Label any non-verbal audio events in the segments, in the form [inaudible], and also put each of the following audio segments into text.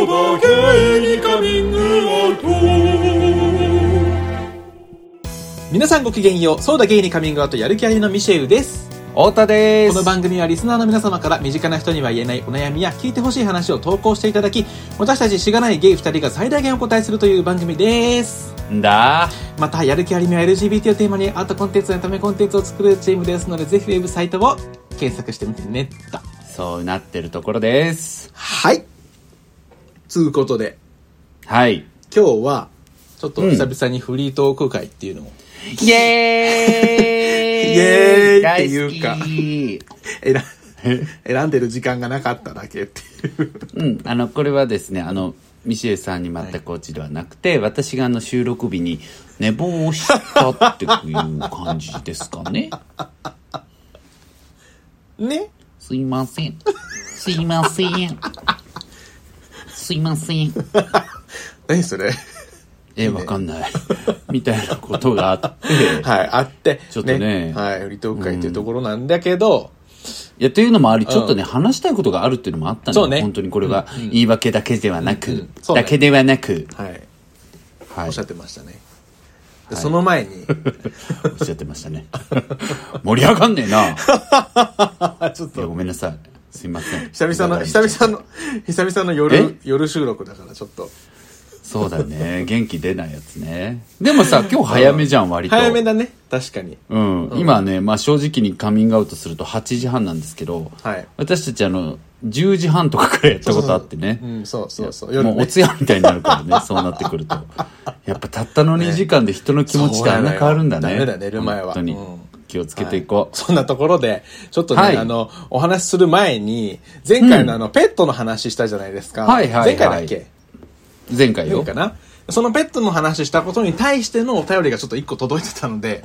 芸にカミングアウト皆さんごきげんよう、そうだゲイにカミングアウトやる気ありのミシェウです。太田でこすの番組はリスナーの皆様から身近な人には言えないお悩みや聞いてほしい話を投稿していただき、私たちしがないゲイ二人が最大限お答えするという番組です。んだまた、やる気ありみは LGBT をテーマにアートコンテンツやためコンテンツを作るチームですので、ぜひウェブサイトを検索してみてねと。そうなってるところですはい。つうことで、はい今日は、ちょっと久々にフリートーク会っていうのを、イエー [laughs] イイエーイっていうか大好き選ん [laughs] 選んでる時間がなかっただけっていう。うんあのこれはですねあのミシェルさんに全く落ちではなくて、私があの収録日に寝坊したっていう感じですかねねすいませんすいませんすいません何それ [laughs] えわかんない [laughs] みたいなことがあってはい、あって。ちょっとねはい、フリートーク会っていうところなんだけど、いや、というのもあり、ちょっとね、話したいことがあるっていうのもあったんで、そうね本当にこれが言い訳だけではなく、んそうねだけではなく、はい、はい、おおっっしゃってましたね。でその前 [laughs] に、しゃってましたね。盛り上がんねえな。いあ、ちょっや、と、ごめんなさい。すいません。久々の、久々の、久々のえ夜、夜収録だからちょっと。そうだね。元気出ないやつね。でもさ、今日早めじゃん、割と。早めだね、確かに。うん、今ね、まあ正直にカミングアウトすると8時半なんですけど、はい私たちあの、10時半とかからやったことあってね。うん、そうそうそう。もうおね通夜みたいになるから [laughs] ね、そうなってくると。やっぱたったの2時間で人の気持ちってあんな変わるんだね。そうなのよダメだ寝る前は本当にうん。気をつけていこう。そんなところで、ちょっとね、はいあの、お話しする前に、前回のあの、ペットの話したじゃないですか。はいはいはい前回だっけ前回いよいか。なそのペットの話したことに対してのお便りがちょっと一個届いてたの [laughs] で、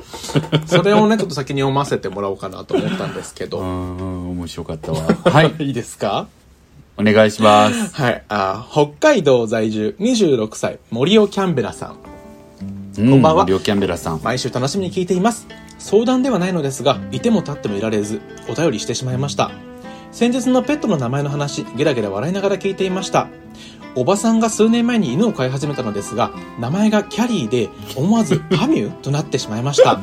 それをね、ちょっと先に読ませてもらおうかなと思ったんですけうど。ん、うん面白かったわ。 [laughs] はい、 [laughs] いいですかお願いし [laughs] ます。はい。あ、北海道在住26歳、森尾キャンベラさん。こんばんはりょうキャンベラさん。毎週楽しみに聞いています相談ではないのですがいても立ってもいられずお便りしてしまいました先日のペットの名前の話ゲラゲラ笑いながら聞いていましたおばさんが数年前に犬を飼い始めたのですが名前がキャリーで思わずパミューとなってしまいました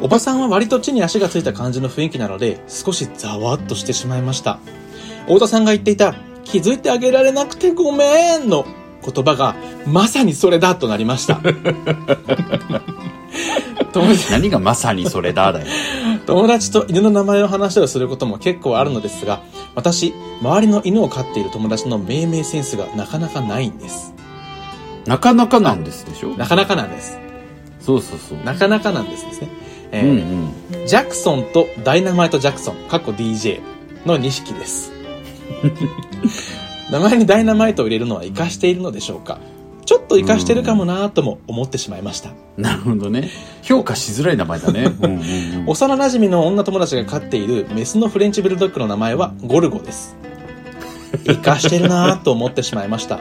おばさんは割と地に足がついた感じの雰囲気なので少しざわっとしてしまいました太田さんが言っていた「気づいてあげられなくてごめん」の言葉がまさにそれだとなりました友達何がまさにそれだだよ。友達と犬の名前の話をすることも結構あるのですが私周りの犬を飼っている友達の命名センスがなかなかないんですなかなかなんですでしょなかなかなんですそうそうそう。なかなかなんですですね、えうんうーん。ジャクソンとダイナマイト・ジャクソンかっこ DJ の2匹です [laughs] 名前にダイナマイトを入れるのは活かしているのでしょうかちょっと活かしてるかもなぁとも思ってしまいましたなるほどね。評価しづらい名前だね。うんうんうん。幼馴染の女友達が飼っているメスのフレンチブルドッグの名前はゴルゴです。生かしてるなぁと思ってしまいました。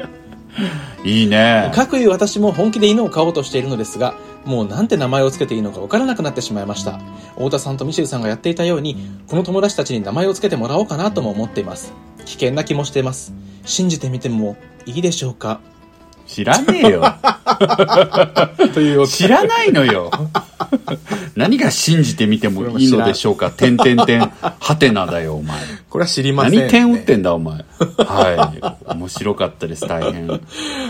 いいね。かくいう私も本気で犬を飼おうとしているのですが、もうなんて名前をつけていいのかわからなくなってしまいました。太田さんとミシェルさんがやっていたように、この友達たちに名前をつけてもらおうかなとも思っています。危険な気もしています。信じてみてもいいでしょうか知らねえよ。というお知らないのよ。 [laughs] 何が信じてみてもいいのでしょうか。てんてんてん。はてなだよ、お前。これは知りません、何点打ってんだ、お前。はい。面白かったです、大変。で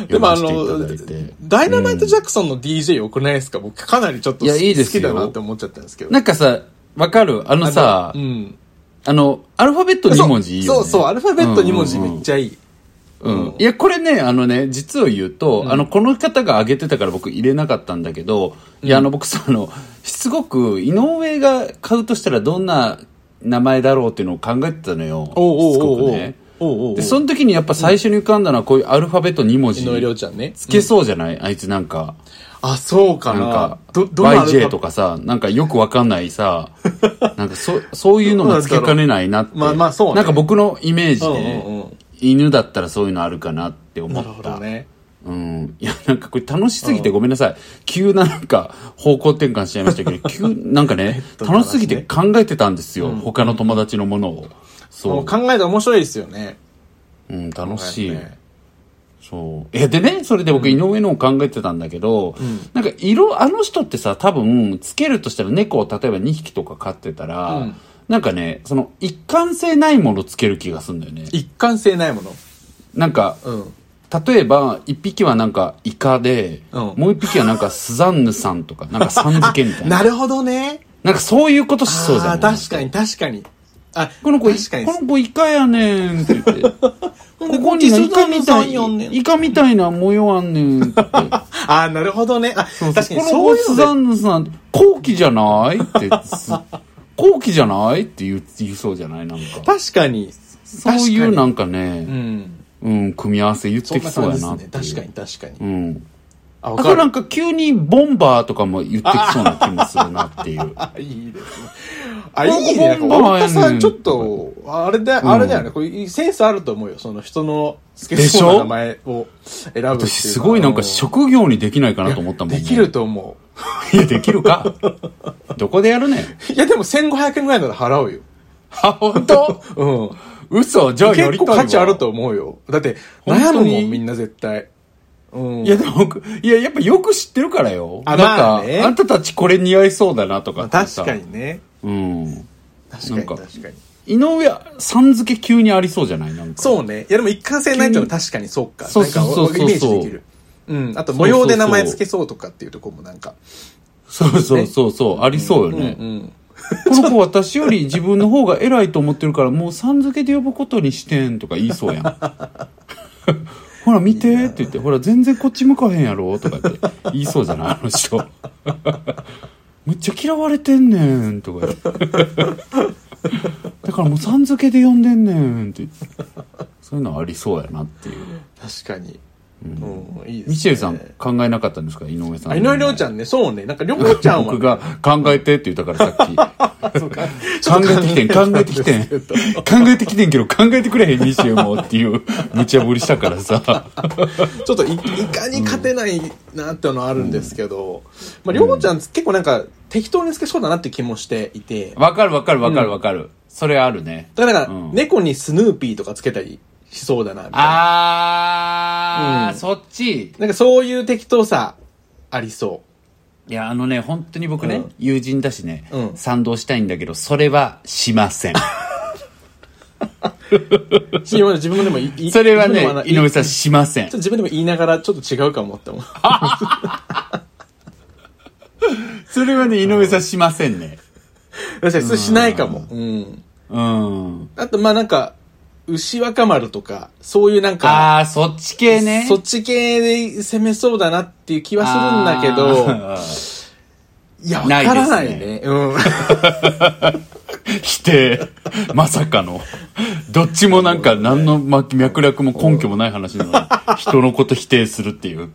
読もあませていたのだいて。、ダイナマイト・ジャクソンの DJ 良くないですか僕かなりちょっといやいいで好すきよだなって思っちゃったんですけど。なんかさ、わかるあのさう、ん。あの、アルファベット2文字いいよねそうそう、アルファベット2文字うんうんめっちゃいい。うんいや、これね、あのね、実を言うと、あの、この方が挙げてたから僕入れなかったんだけど、いや、あの、僕さ、あの、しつごく、井上が買うとしたらどんな名前だろうっていうのを考えてたのよ。おうしつおごうおうおうくね。おうおうおうで、その時にやっぱ最初に浮かんだのはこういうアルファベット2文字井。上涼ちゃんね。つけそうじゃないあいつなんか、あ、そうかなんな。か、ど、どのアルファ YJ とかさ、なんかよくわかんないさ、 [laughs] なんかそ、そういうのもつけかねないなって。まあまあそうねなんか僕のイメージうんうんうんで、犬だったらそういうのあるかなって思なった。るほどね。うん。いや、なんかこれ楽しすぎてごめんなさい。急ななんか方向転換しちゃいましたけ [laughs] ど、急、なんかね、と話ね楽しすぎて考えてたんですよ。他の友達のものを。もそう考えたら面白いですよね。う。うん、楽しい。ねそう。え、でね、それで僕、井上のを考えてたんだけど、んなんか色、あの人ってさ、多分、つけるとしたら猫を例えば2匹とか飼ってたら、うんなんかね、その、一貫性ないものつける気がするんだよね。一貫性ないもの。なんか、うん。例えば、一匹はなんか、イカで、うんもう一匹はなんか、スザンヌさんとか、なんか、さん付けみたいな。 [laughs] なるほどね。なんか、そういうことしそうじゃあん。ー確かに、確かに。あ、この子、確かに。この子イカやねんって言って。こ [laughs] ここにイカみたい、イカみたいな模様あんねんって言って。あーなるほどね。あ、確かにこそのう子いうスのザでンヌさん、後期じゃないって。す後期じゃないって言う言いそうじゃないなんか。確かに。そうい確かうになんかうね、ん。うん、組み合わせ言っそてんきなそう感やじでなすっていね。う。確かに、確かに。うん。あ、あわとかなんる。か急にボンバーとかも言ってきそうな気もするなっていう。 [laughs] あ、いいですね。あ、いこの子いね。なんか、ボンバー太田さやねん、んちょっと、あれだ、あれだよね。これ、センスあると思うよ。その人の、つけでしそうなょ名前を選ぶっていうのは。私すごいなんか職業にできないかなと思ったもんねできると思いや、できる [laughs] か。どこでやるねん。う。いや、でも1500円ぐらいなら払うよ。あ、本当うん。嘘じゃあや結りたい構わ価値あると思うよ。だって、本当悩にむもん、みんな絶対。うん。いや、でも僕、いや、やっぱよく知ってるからよ。あなんか、まあねあんたたちこれ似合いそうだなとかまあってさ確か。にね。うん。確かに、なんか確かに。井上、さん付け急にありそうじゃないなんか。そうね。いや、でも一貫性ないっていうのは確かにそうか。そうそうそうそうなんかイメージできる。うん。あと、模様で名前付けそうとかっていうとこもなんか。そうそうそうそう、ありそうよね。うん。この子私より自分の方が偉いと思ってるから、もうさん付けで呼ぶことにしてんとか言いそうやん。 [laughs] ほら見てって言って、ほら全然こっち向かへんやろとかって [laughs] 言いそうじゃないあの人。めっちゃ嫌われてんねんとか言って。だからもうさん付けで呼んでんねんって言って。そういうのありそうやなっていう。確かに。うん、いいですね。ミシェルさん考えなかったんですか井上さん。あ、いのりょうちゃんね、そうね。なんか、りょうちゃんは。僕が考えてって言ったからさっき。考えてきてん、考えてきてん。考えてきてんけど、考えてくれへん、西ュもっていう、無茶ぶりしたからさ。ちょっとい、いかに勝てないなってのはあるんですけど、まあ、りょうちゃん結構なんか、適当につけそうだなって気もしていて、わかるわかるわかるわかる。それあるね。だから、うん猫にスヌーピーとかつけたりしそうだな、みたいな。あー、うんそっち。なんかそういう適当さ、ありそいや、あのね、本当に僕ね、うん友人だしね、うん賛同したいんだけど、それはしません。う。し今自分でもいいそれはね自分でもあ、のい井上さんしませんちょっと。自分でも言いながらちょっと違うかもって思う。それはね、井上さんしませんね。確かに、それしないかも。うん。うん。あと、まあなんか、牛若丸とか、そういうなんか、あー、そっち系ね。そっち系で攻めそうだなっていう気はするんだけど、あーいや、わからないないね。でうん。否定。まさかの。どっちもなんか何のま脈絡も根拠もない話なのに、人のこと否定するっていう。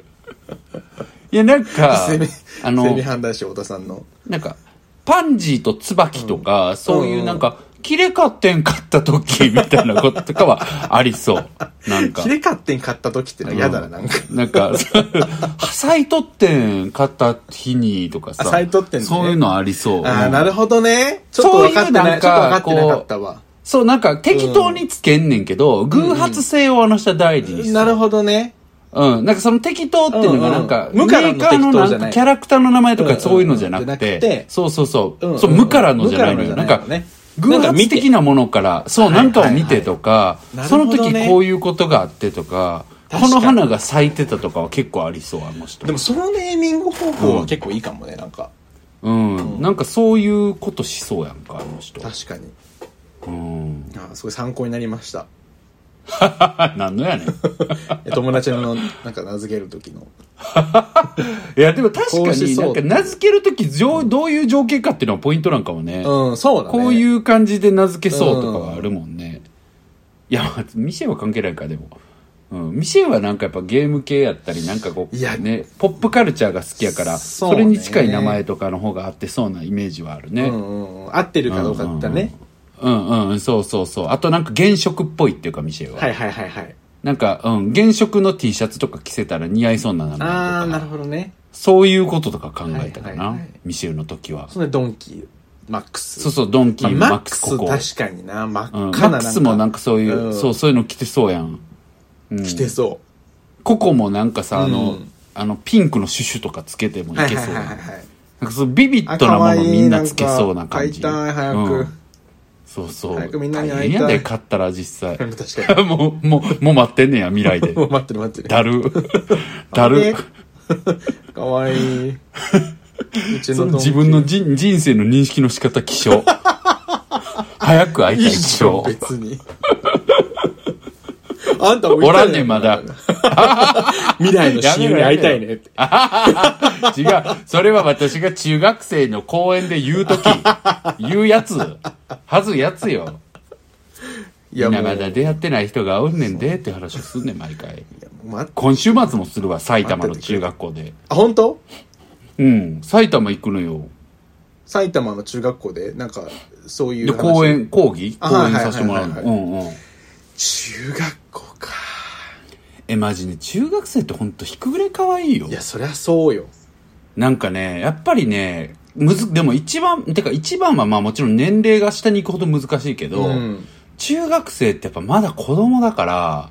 いや、なんか [laughs] セミ、、あセのミ、判断士太田さんの。なんか、パンジーと椿とか、そういうなんか、キレカってん買った時みたいなこととかはありそう。なんか切。れ勝手に買った時ってのは嫌だな、なんか。なんか、 [laughs] サイトってん買った日にとかさ。あサイトってんねそういうのありそう。ああ、なるほどね。ちょっとそう分いうかってな。ないんちょっと分かか、ってなかったこわ。う、そう、なんか適当につけんねんけど、偶発性をあの人は大事にしてなるほどね。うん。なんかその適当っていうのがなんか、うんうん無メからのーカーの適当なじゃんなかいキャラクターの名前とうんうんかうんそういうのじゃなくじゃなくてて、そうそうそうんうんう、そう、無からのじゃないのよ。無かなんらのじゃないかのね、偶発的なものから、そう、なんかを見てとかはいはいはい、そのなるほ時どねこういうことがあってとか、確かこにの花が咲いてたとかは結構ありそう、あの人で。もそのネーミング方法は結構いいかもね、なんか。うん。なんかそういうことしそうやんか、あの人。確かに。うん。ああ、すごい参考になりました。なんのやねん。友達の、なんか名付ける時 [laughs] の。いや、でも確こかうしに、そうなんか名付けるとき、上どういう情景かっていうのはポイントなんかもね。うん、そうだね。。こういうう感じで名付けそうとかはあるもんね。いや、まあミシェは関係ないか、でも。うん、ミシェはなんかやっぱゲーム系やったり、なんかこう、いやね、ポップカルチャーが好きやから、そそうねれに近い名前とかの方が合ってそうなイメージはあるね。うんうんうん。合ってるかどうかだね。うんうん、そうそうそう。あとなんか原色っぽいっていうか、ミシェは。はいはいはいはい。なんか、うん、原色の T シャツとか着せたら似合いそうな名前とああ、なかる、ほどね。そういうこととか考えたかな、はいはいはいミシェの時は。それでドンキー、マックス。そうそう、ドンキー、まあママッッククス、スここ。確かにな。真うんっマ赤なックスもなんかそういう、うんそう、そういうの着てそうやん。着てそココもなんかさ、あの、うんあの、ピンクのシュシュとかつけてもいけそうな。はいはいはいはいなんかそのビビッあドな可も愛のいみんなつけそうな感じ。なんか会いたい早くうんそうそう。早くみんなに大会いたい変やで、勝ったら実際。 [laughs] 確かもう、もう、もう待ってんねや、未来で [laughs] に。。 [laughs] もう待ってる待ってる。だる。だる。か [laughs] わいい。うちそのの自分の人人生の認識の仕方、気象。早く会いたい、気一生象。別に。あんたもおらんねん、まだ。未来の親友に会いたいねって。違う。それは私が中学生の公演で言うとき、言うやつ。はずやつよ。いみやんなもう、ま待だっ出会ってない人がおんねんでって話をすんねん、毎回。て今週末もするわ、埼玉の中学校で。あ、本当うん、埼玉行くのよ。埼玉の中学校で、なんか、そういうで、話。公演、講義あ講演させてもらうはの。いうはんうん。中学校か。え、マジね、中学生ってほんとひくぐれ可愛いよい。や、そりゃそうよ。なんかね、やっぱりね、むず、でも一番、てか一番はまあもちろん年齢が下に行くほど難しいけど、うん中学生ってやっぱまだ子供だから、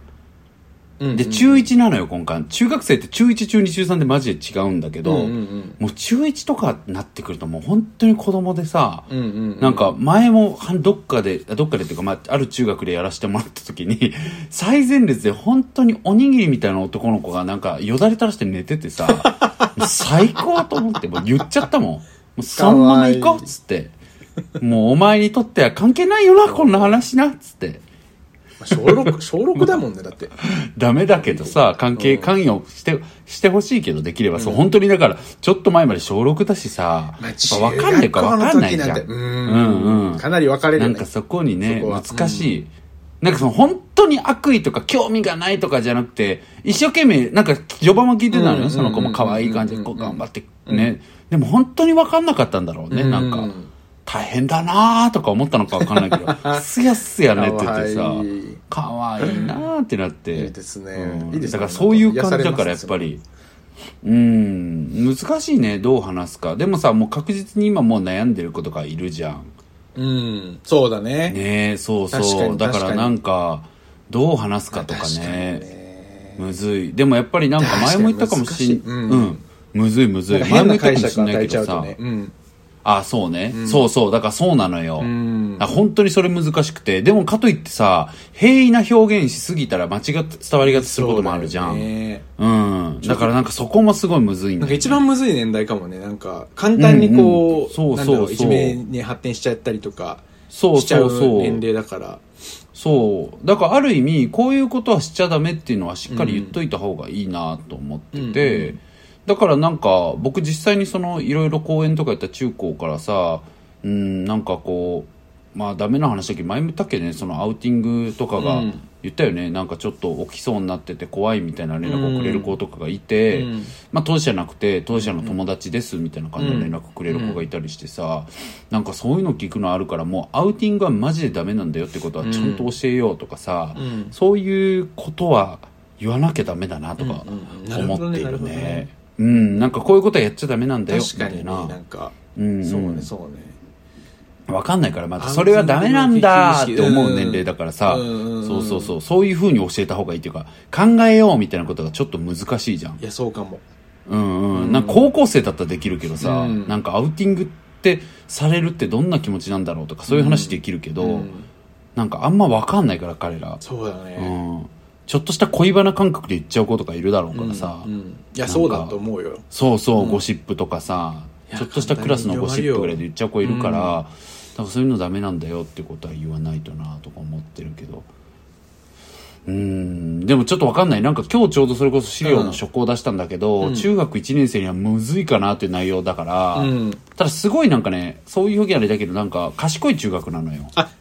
うん。で、中1なのよ、今回。中学生って中1、中2、中3でマジで違うんだけど、うんうんもう中1とかになってくるともう本当に子供でさ、うん。うんうん。なんか前もはどっかで、あどっかでっていうか、まあ、ある中学でやらせてもらった時に、 [laughs] 最前列で本当におにぎりみたいな男の子がなんかよだれ垂らして寝てて [laughs] さ、もう最高と思って、もう言っちゃったもん。もうそのまま行こうっつって。もうお前にとっては関係ないよな、こんな話な、っつって。小6、小6だ [laughs] もんね、だって。ダメだけどさ、関係、関与して、してほしいけどできれば、そう、本当にだから、ちょっと前まで小6だしさ、まあやっぱわかんないからわかんないじゃ中ん。学校うの時んなんてうんうんかなり分かれるなよんねかそこにね、そこは難しい。なんかその本当に悪意とか興味がないとかじゃなくて、一生懸命、なんか序盤も聞いてたのうよ。んその子も可愛い感じで、うんこう頑張ってね。でも本当にわかんなかったんだろうね。うんなんか、大変だなーとか思ったのかわかんないけ [laughs] ど、すやすや寝ててさ可愛い、可愛いなーってなって。いいですねうんいいですねだからそういう感じだからやっぱり。うん難しいねどう話すかでもさもう確実に今もう悩んでる子とかいるじゃんうん。そうだね。ねえそう確かそうにだ確かかにらなんかどう話すかとか確かにねねむずいでもやっぱりなんか前も言ったかもしん確かに難しいうんう、むずいむずいなんか前も言っ変なたか解もし釈んをな与いけえちゃどうとさ、ね。うん。あそうね、そうそうだからそうなのよ、んあ本当にそれ難しくてでもかといってさ平易な表現しすぎたら間違って伝わりがちすることもあるじゃそうんだよねうん。だからなんかそこもすごいむずいんなだんか一番むずい年代かもね。なんか、簡単にうこんう、そうそうそうなんだろいじめに発展しちゃったりとか、そうしちゃそううそう。年齢だから。そう。だからある意味、こういうことはしちゃダメっていうのはしっかり言っといた方がいいなと思ってて、だからなんか僕実際にそのいろいろ講演とかやった中高からさ、うん、なんかこう、まあダメな話だけど前も言ったっけね、そのアウティングとかがうん言ったよね、なんかちょっと起きそうになってて怖いみたいな連絡をくれる子とかがいて、うんまあ当事者じゃなくて当事者の友達ですみたいな感じの連絡くれる子がいたりしてさ、なんかそういうの聞くのあるからもうアウティングはマジでダメなんだよってことはちゃんと教えようとかさ、んそういうことは言わなきゃダメだなとかうんうん思っているなるほどねなるほどねね。うん、なんかこういうことはやっちゃダメなんだよみ確たかいにね、ななんか、うんうんそうね、そうね。わかんないからまだそれはダメなんだって思う年齢だからさ、うんうんうんそうそうそうそういうふうに教えた方がいいっていうか考えようみたいなことがちょっと難しいじゃんいや、そうかも。うんうん、なんか高校生だったらできるけどさ、うんなんかアウティングってされるってどんな気持ちなんだろうとかそういう話できるけど、うんなんかあんまわかんないから彼ら、そうだね。うん、ちょっとした恋バナ感覚で言っちゃう子とかいるだろうからさ、うん、いやそうだと思うよそうそう、ゴシップとかさいやちょっとしたクラスのゴシップぐらいで言っちゃう子いるから、だからそういうのダメなんだよってことは言わないとなとか思ってるけどうんでもちょっとわかんないなんか今日ちょうどそれこそ資料の書稿を出したんだけど、中学1年生にはむずいかなっていう内容だから、うんただすごいなんかねそういう表現あれだけどなんか賢い中学なのよあ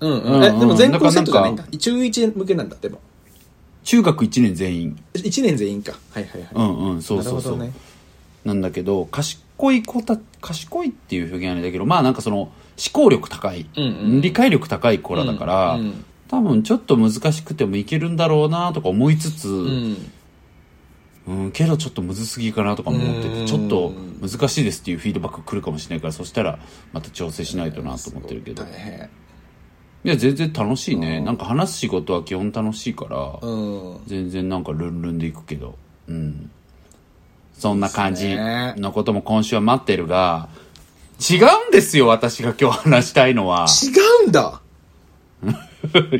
うんうんえでも全校生徒じゃないんなだか中1向けなんだでも中学1年全員1年全員かはいはいはい、うんうんそうそうそうなるほどねなんだけど賢い子た賢いっていう表現はあれだけどまあなんかその思考力高い、んうん理解力高い子らだから、うんうん多分ちょっと難しくてもいけるんだろうなとか思いつつ、ううんん、けどちょっとむずすぎかなとかも思ってて、うんちょっと難しいですっていうフィードバック来るかもしれないからそしたらまた調整しないとなと思ってるけど、大変いや全然楽しいねなんか話す仕事は基本楽しいから、うん。全然なんかルンルンでいくけどうんそんな感そじうですねのことも今週は待ってるが違うんですよ私が今日話したいの [laughs] は違うんだ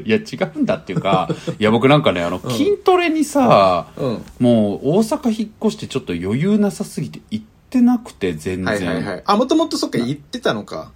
いや違うんだっていうかいや僕なんかねあの筋トレにさ、うん。もう大阪引っ越してちょっと余裕なさすぎて行ってなくて全然、はいはいはい。あ、もともとそっか言ってたのか。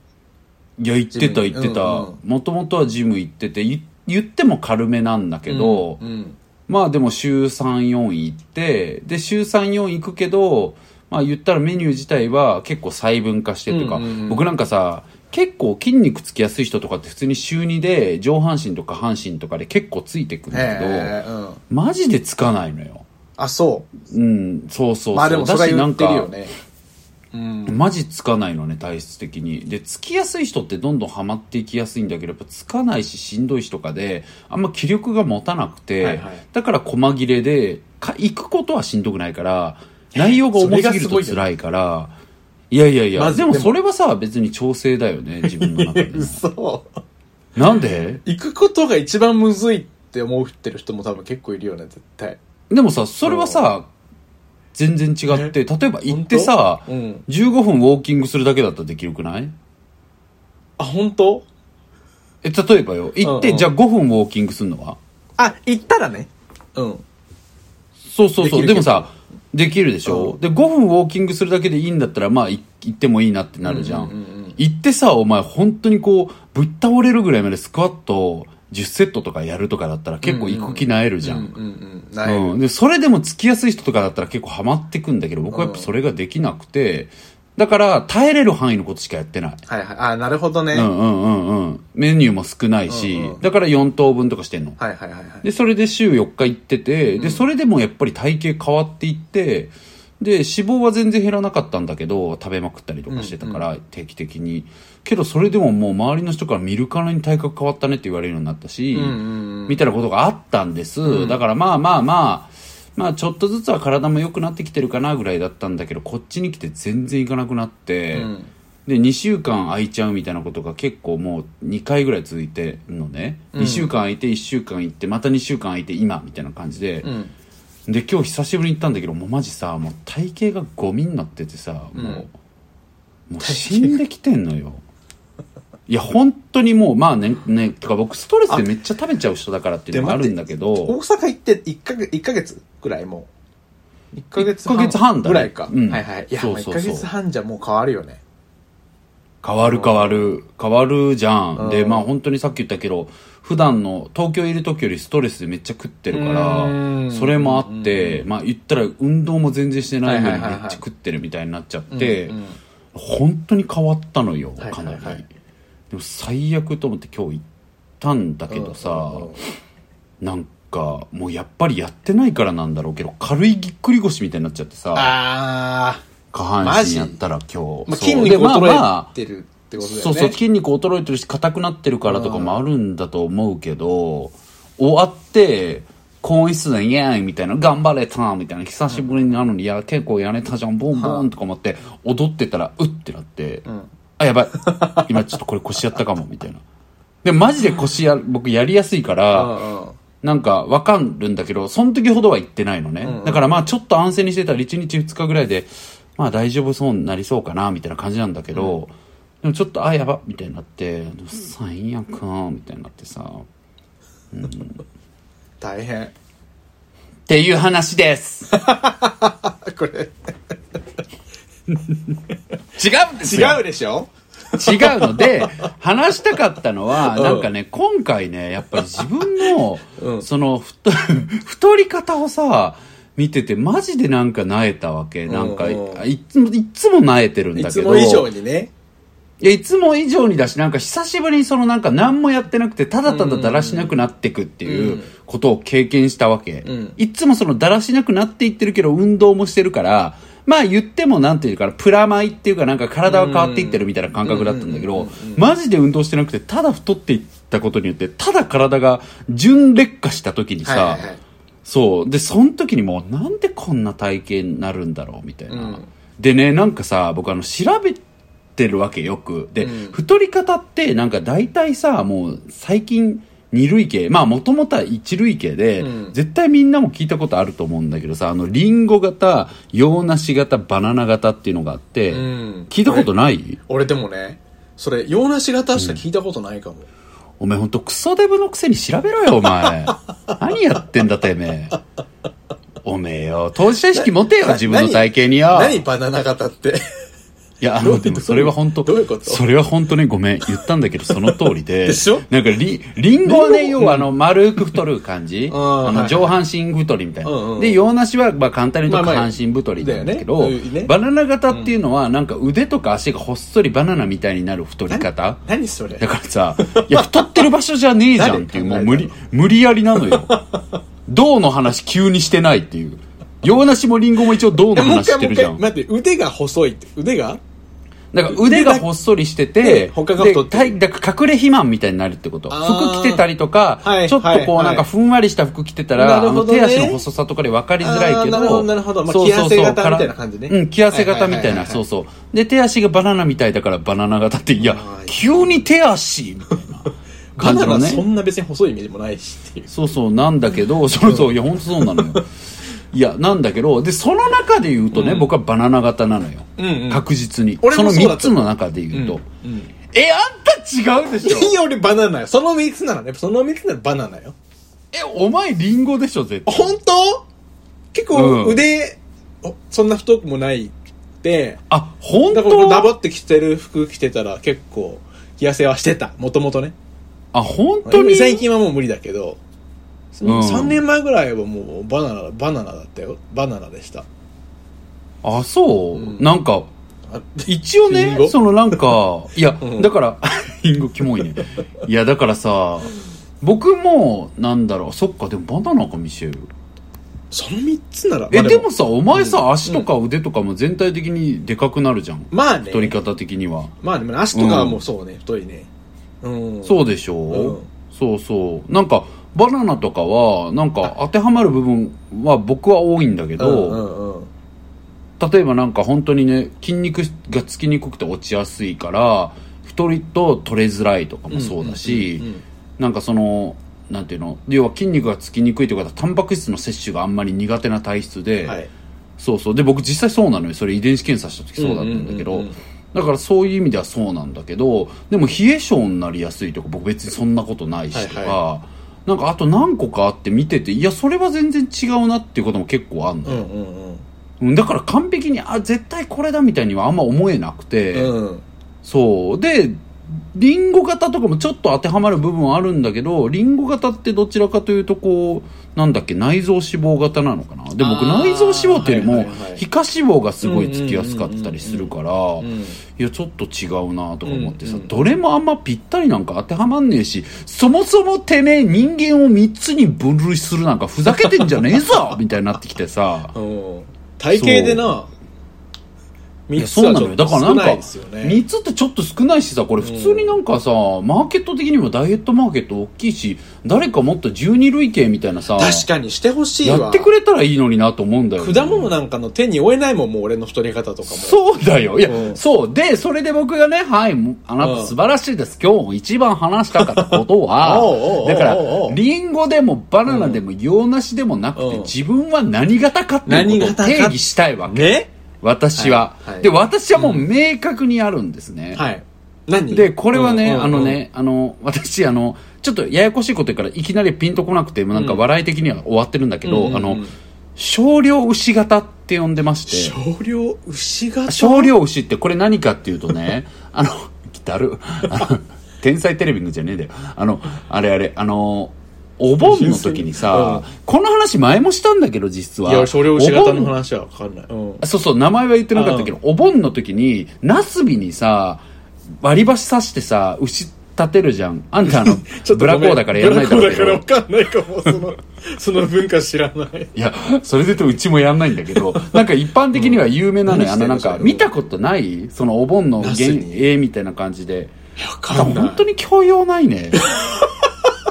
いや、行ってた、ジム行ってたうんうん。もともとはジム行ってて、い言っても軽めなんだけど、うん。まあでも週3、4行って、で、週3、4行くけど、まあ言ったらメニュー自体は結構細分化してとか、うんうんうん僕なんかさ、結構筋肉つきやすい人とかって普通に週2で上半身とか半身とかで結構ついてくんだけど、へえ、うん。マジでつかないのよ。あ、そうん、そうそうそうう。。まあでもそれはだしな言んってかるよね。うん。マジつかないのね体質的にでつきやすい人ってどんどんハマっていきやすいんだけどやっぱつかないししんどいしとかであんま気力が持たなくて、はいはいだから細切れでか行くことはしんどくないから内容が重すぎると辛いからいやいやいや、まずでもでもそれはさ別に調整だよね自分の [laughs] 中でね嘘。なんで行くことが一番むずいって思ってる人も多分結構いるよね、絶対。でもさそれはさ全然違って例えば行ってさうん。 15分ウォーキングするだけだったらできるくないあ、本当え例えばよ行って、うんうんじゃあ5分ウォーキングするのはあ、行ったらね。うん。そうそうそう。できるでもさ、できるでしょ、で、5分ウォーキングするだけでいいんだったら、まあ、い行ってもいいなってなるじゃん。うんうんうんうん行ってさ、お前、本当にこう、ぶっ倒れるぐらいまでスクワット10セットとかやるとかだったら結構行く気なえるじゃん。うんうんうんうん。ない。でそれでもつきやすい人とかだったら結構ハマってくんだけど僕はやっぱそれができなくて、だから耐えれる範囲のことしかやってない、はいはい。あ、なるほどね。うはいんうんうんうんメニューも少ないし、うんうんだから4等分とかしてんのはいはいはい。で、それで週4日行ってて、で、それでもやっぱり体型変わっていって、で、脂肪は全然減らなかったんだけど、食べまくったりとかしてたから、定期的に。けど、それでももう周りの人から見るからに体格変わったねって言われるようになったし、うんうんうん。みたいなことがあったんです。だからまあまあまあ、まあちょっとずつは体も良くなってきてるかなぐらいだったんだけど、こっちに来て全然行かなくなって、うんで、2週間空いちゃうみたいなことが結構もう2回ぐらい続いてるのね。2週間空いて、1週間行って、また2週間空いて、今みたいな感じで。うん。で、今日久しぶりに行ったんだけど、もうマジさ、もう体型がゴミになっててさ、もう、もう死んできてんのよ。いや、本当にもう、まあね、ね、てか僕ストレスでめっちゃ食べちゃう人だからっていうのがあるんだけど、大阪行って1ヶ月、一ヶ月ぐらいもう。1ヶ月半。一ヶ月半だねぐらいか。うんはいはい。いや、そうまそあうそう一ヶ月半じゃもう変わるよね。変わる変わる変わるじゃん、うんでまあ本当にさっき言ったけど普段の東京いる時よりストレスでめっちゃ食ってるからうんそれもあってまあ言ったら運動も全然してないのはにいめはっちいはいはいゃ食ってるみたいになっちゃって、うんうん本当に変わったのよはいはいかなり、はいでも最悪と思って今日行ったんだけどさ、うんうんうんなんかもうやっぱりやってないからなんだろうけど軽いぎっくり腰みたいになっちゃってさあ下半マ身ジやったら今日、ー。まそうあ、筋で肉まあまあ衰えてるってことだよね。そうそう筋肉衰えてるし硬くなってるからとかもあるんだと思うけど、終わって更衣室で「イエーイ!」みたいな「頑張れた!」みたいな久しぶりなのに「いや結構やれたじゃんボンボン!」とか思って踊ってたら「うっ!」てなって「あやばい今ちょっとこれ腰やったかも」みたいなでマジで腰や僕やりやすいから、うんうん。なんかわかるんだけど、その時ほどは行ってないのね。だからまあちょっと安静にしてたら1日2日ぐらいで、まあ大丈夫そうになりそうかな、みたいな感じなんだけど、でもちょっと、あ、やば、みたいになって、でも最悪、みたいになってさ、っ大変。 [laughs] ていう話です。あこれ、 [laughs] 違うんですよ違うでしょ違うの [laughs] で、話したかったのは、なんかね、今回ね、やっぱり自分 [laughs] の、その、太 [laughs] 太り方をさ、見てて、マジでなんかなえたわけ。なんか、うんうんいつも、いつもなえてるんいだつけもど。以上にね。いや、いつも以上にだし、なんか久しぶりにそのなんか何もやってなくて、ただただだらしなくなってくっていううことを経験したわけ。んいつもそのだらしなくなっていってるけど、運動もしてるから、まあ言ってもなんていうかな、プラマイっていうかなんか体は変わっていってるみたいな感覚だったんだけど、マジで運動してなくて、ただ太っていったことによって、ただ体が純劣化した時にはいはさいはい、そう。で、その時にもう、なんでこんな体型になるんだろうみたいな。うんでね、なんかさ、僕あの、調べってるわけよく。で、うん太り方ってなんか大体さ、もう最近二類型、まあもともとは一類型で、うん絶対みんなも聞いたことあると思うんだけどさ、あの、リンゴ型、洋梨型、バナナ型っていうのがあって、うん聞いたことない俺でもねそれ洋梨型しか聞いたことないかも、お前ほんとクソデブのくせに調べろよ、お [laughs] 前。何やってんだ、てめえ。おめえよ、当事者意識持てよ、な自分の体型によ。何バナナ型っていや、あどういの、うでもそれは本当どういうことそれは本当にごめん、言ったんだけど、その通りで。 [laughs] でしょなんかリ、リンゴはね、要はあの、丸く太る感じ。あーあはの、い上半身太りみたいうんうな。んで、洋梨は、まあ、簡単に言うとまあ下まあ半身太りなんだけどだよねね、バナナ型っていうのは、なんか腕とか足がほっそりバナナみたいになる太り方。 [laughs] 何それだからさ、いや、太ってる場所じゃねえじゃんっていう、もう誰無理、無理やりなのよ。銅の話急にしてないっていう。洋梨もリンゴも一応銅のえもう話一回してもうる一じゃん回。待って腕が細いって腕がだから腕がほっそりしてて、で他がで太って体だから隠れ肥満みたいになるってこと。あー服着てたりとか、はいちょっとこうはいなんかふんわりした服着てたら、なるあほのどね手足の細さとかで分かりづらいけど、あーなるほどなるほどまあそうそうそう着痩せ型みたいな感じねからうん、着痩せ型みたはいいはいはいはな、いそうそう。で、手足がバナナみたいだからバナナ型って、いやは、い急に手足みたいなバ感ナじのナそね。んな別に細いイメージもないしっていうそうそう、なんだけど、そうそう、いや、ほんとそうなのよ。いや、なんだけど、で、その中で言うとね、僕はバナナ型なのよ。うんうん確実に。俺そものそうだ3ったつの中で言うと。うんえ、あんた違うでしょいや俺バナナよその3つならねその3つならバナナよえ、お前リンゴでしょ、絶対。本当結構うん腕、おそんな太くもないってあ、本だからこ当れダボって着てる服着てたら結構着痩せはしてたもともとねあ、本当に最近はもう無理だけど、うん3年前ぐらいはもうバナナバナナだったよバナナでしたあ、そう、うんなんか、あ一応リンねゴ、そのなん [laughs] か、いや、うんだから、 [laughs] リンゴキモいね。いや、だからさ、僕も、なんだろう、そっか、でもバナナか、ミシェル。その3つならまえ、あでもさ、お前さ、うん足とか腕とかも全体的にでかくなるじゃん。まあね太り方的には。まあでも足とかはもうそうね、太いねうんそうでしょ、うんそうそうなんかバナナとかはなんか当てはまる部分は僕は多いんだけうど、んうんうん例えばなんか本当にね筋肉がつきにくくて落ちやすいから太りと取れづらいとかもそうだし、うんうんうんうんなんかそのなんていうの要は筋肉がつきにくいというかタンパク質の摂取があんまり苦手な体質で、はいそうそうで僕実際そうなのよそれ遺伝子検査した時そうだったんだけど、うんうんうんうんだからそういう意味ではそうなんだけどでも冷え性になりやすいとか僕別にそんなことないしとか、はいなんかあと何個かあって見てていやそれは全然違うなっていうことも結構あんのうよ、んうんうんだから完璧にあ絶対これだみたいにはあんま思えなくて、うんうんそうでリンゴ型とかもちょっと当てはまる部分はあるんだけどリンゴ型ってどちらかというとこうなんだっけ内臓脂肪型なのかなで僕あー内臓脂肪っていうよりも、はいはいはい皮下脂肪がすごいつきやすかったりするから、うんいやちょっと違うなとか思ってさ、うんうんどれもあんまぴったりなんか当てはまんねえしそもそもてめえ人間を3つに分類するなんかふざけてんじゃねえぞみたいになってきてさうん体型でないや3つそうはなちのょよっだとから少なんかないですよね3つってちょっと少ないしさこれ普通になんかさ、マーケット的にもダイエットマーケット大きいし誰かもっと12類型みたいなさ確かにしてほしいわやってくれたらいいのになと思うんだよね、果物なんかの手に負えないもんもう俺の太り方とかもそうだよ。いや、うんそう。で、それで僕がね、はい、もうあなた素晴らしいです。今日一番話したかったことは [laughs] おうおうおうお、うだから、リンゴでもバナナでも洋梨でもなくて、うん自分は何型かっていうことを定義したいわけ。ね私は、はいはいで、私はもう明確にあるんですね。はい何で、これはね、うんうんうんあのね、あの、私、あの、ちょっとややこしいこと言うから、いきなりピンとこなくて、もうなんか笑い的には終わってるんだけど、うんうんうんあの、少量牛型って呼んでまして。少量牛が少量牛ってこれ何かっていうと [laughs] ね、あの、だる、あの、天才テレビングじゃねえだよ。あの、あれあれ、あの、お盆の時にさ、この話前もしたんだけど実は。いや少量牛型のお盆話は分かんないうんそうそう、名前は言ってなかったけど、お盆の時に、ナスビにさ、割り箸刺してさ、牛立てるじゃん。あんたあの [laughs] ちょ、っブとごラめんコーだからやらないだろうけブラどコ。ーだから分かんないかも [laughs] そのその文化知らないいや、それで言うとうちもやんないんだけ [laughs] ど、なんか一般的には有名なのよ。うんあのなん何してんのか、それ見たことないそのお盆のナ幻スに影みたいな感じで。分 [laughs] だから本当に教養ないね。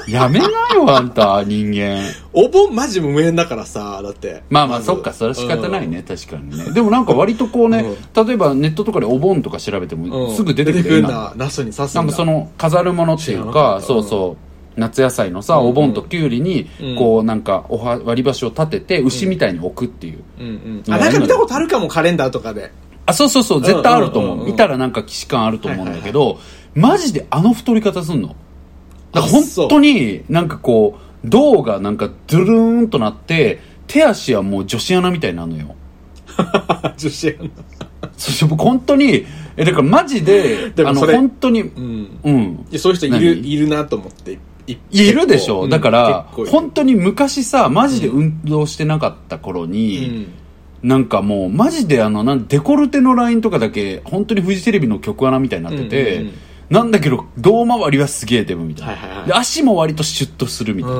やめなよ、あんた、人間。お盆マジ無縁だからさ、だって。まあまあ、ずそっか、それは仕方ないね、確かにね。でもなんか割とこうね、例えばネットとかでお盆とか調べてうん。もうんすぐ出てく出るてくるんなだ。ナスに刺すんだ。なんかその飾るものっていう知らなかかったそうそう夏野菜のさ、お盆ときゅうりにこうなんかおは割り箸を立てて牛みたいに置くっていう、うんうん。あ、なんか見たことあるかも、カレンダーとかで。あそうそうそう絶対あると思う,、うんうんうんうん見たらなんか既視感あると思うんだけど、マジであの太り方すんのだから本当になんかこう胴がなんかドゥルーンとなって手足はもう女子アナみたいになるのよあ、女子やな。そして僕本当にえだからマジでであものそれ本当にうん。うんいやそういう人いる、何いるなと思って。いいやいるでしょ、だから、ん本当に昔さ、マジで運動してなかった頃に、なんかもう、マジであの、なんデコルテのラインとかだけ、本当にフジテレビの曲穴みたいになってて、うんうんうんなんだけど、胴回りはすげえデブみたいな、はいはいはいで足も割とシュッとするみたいな。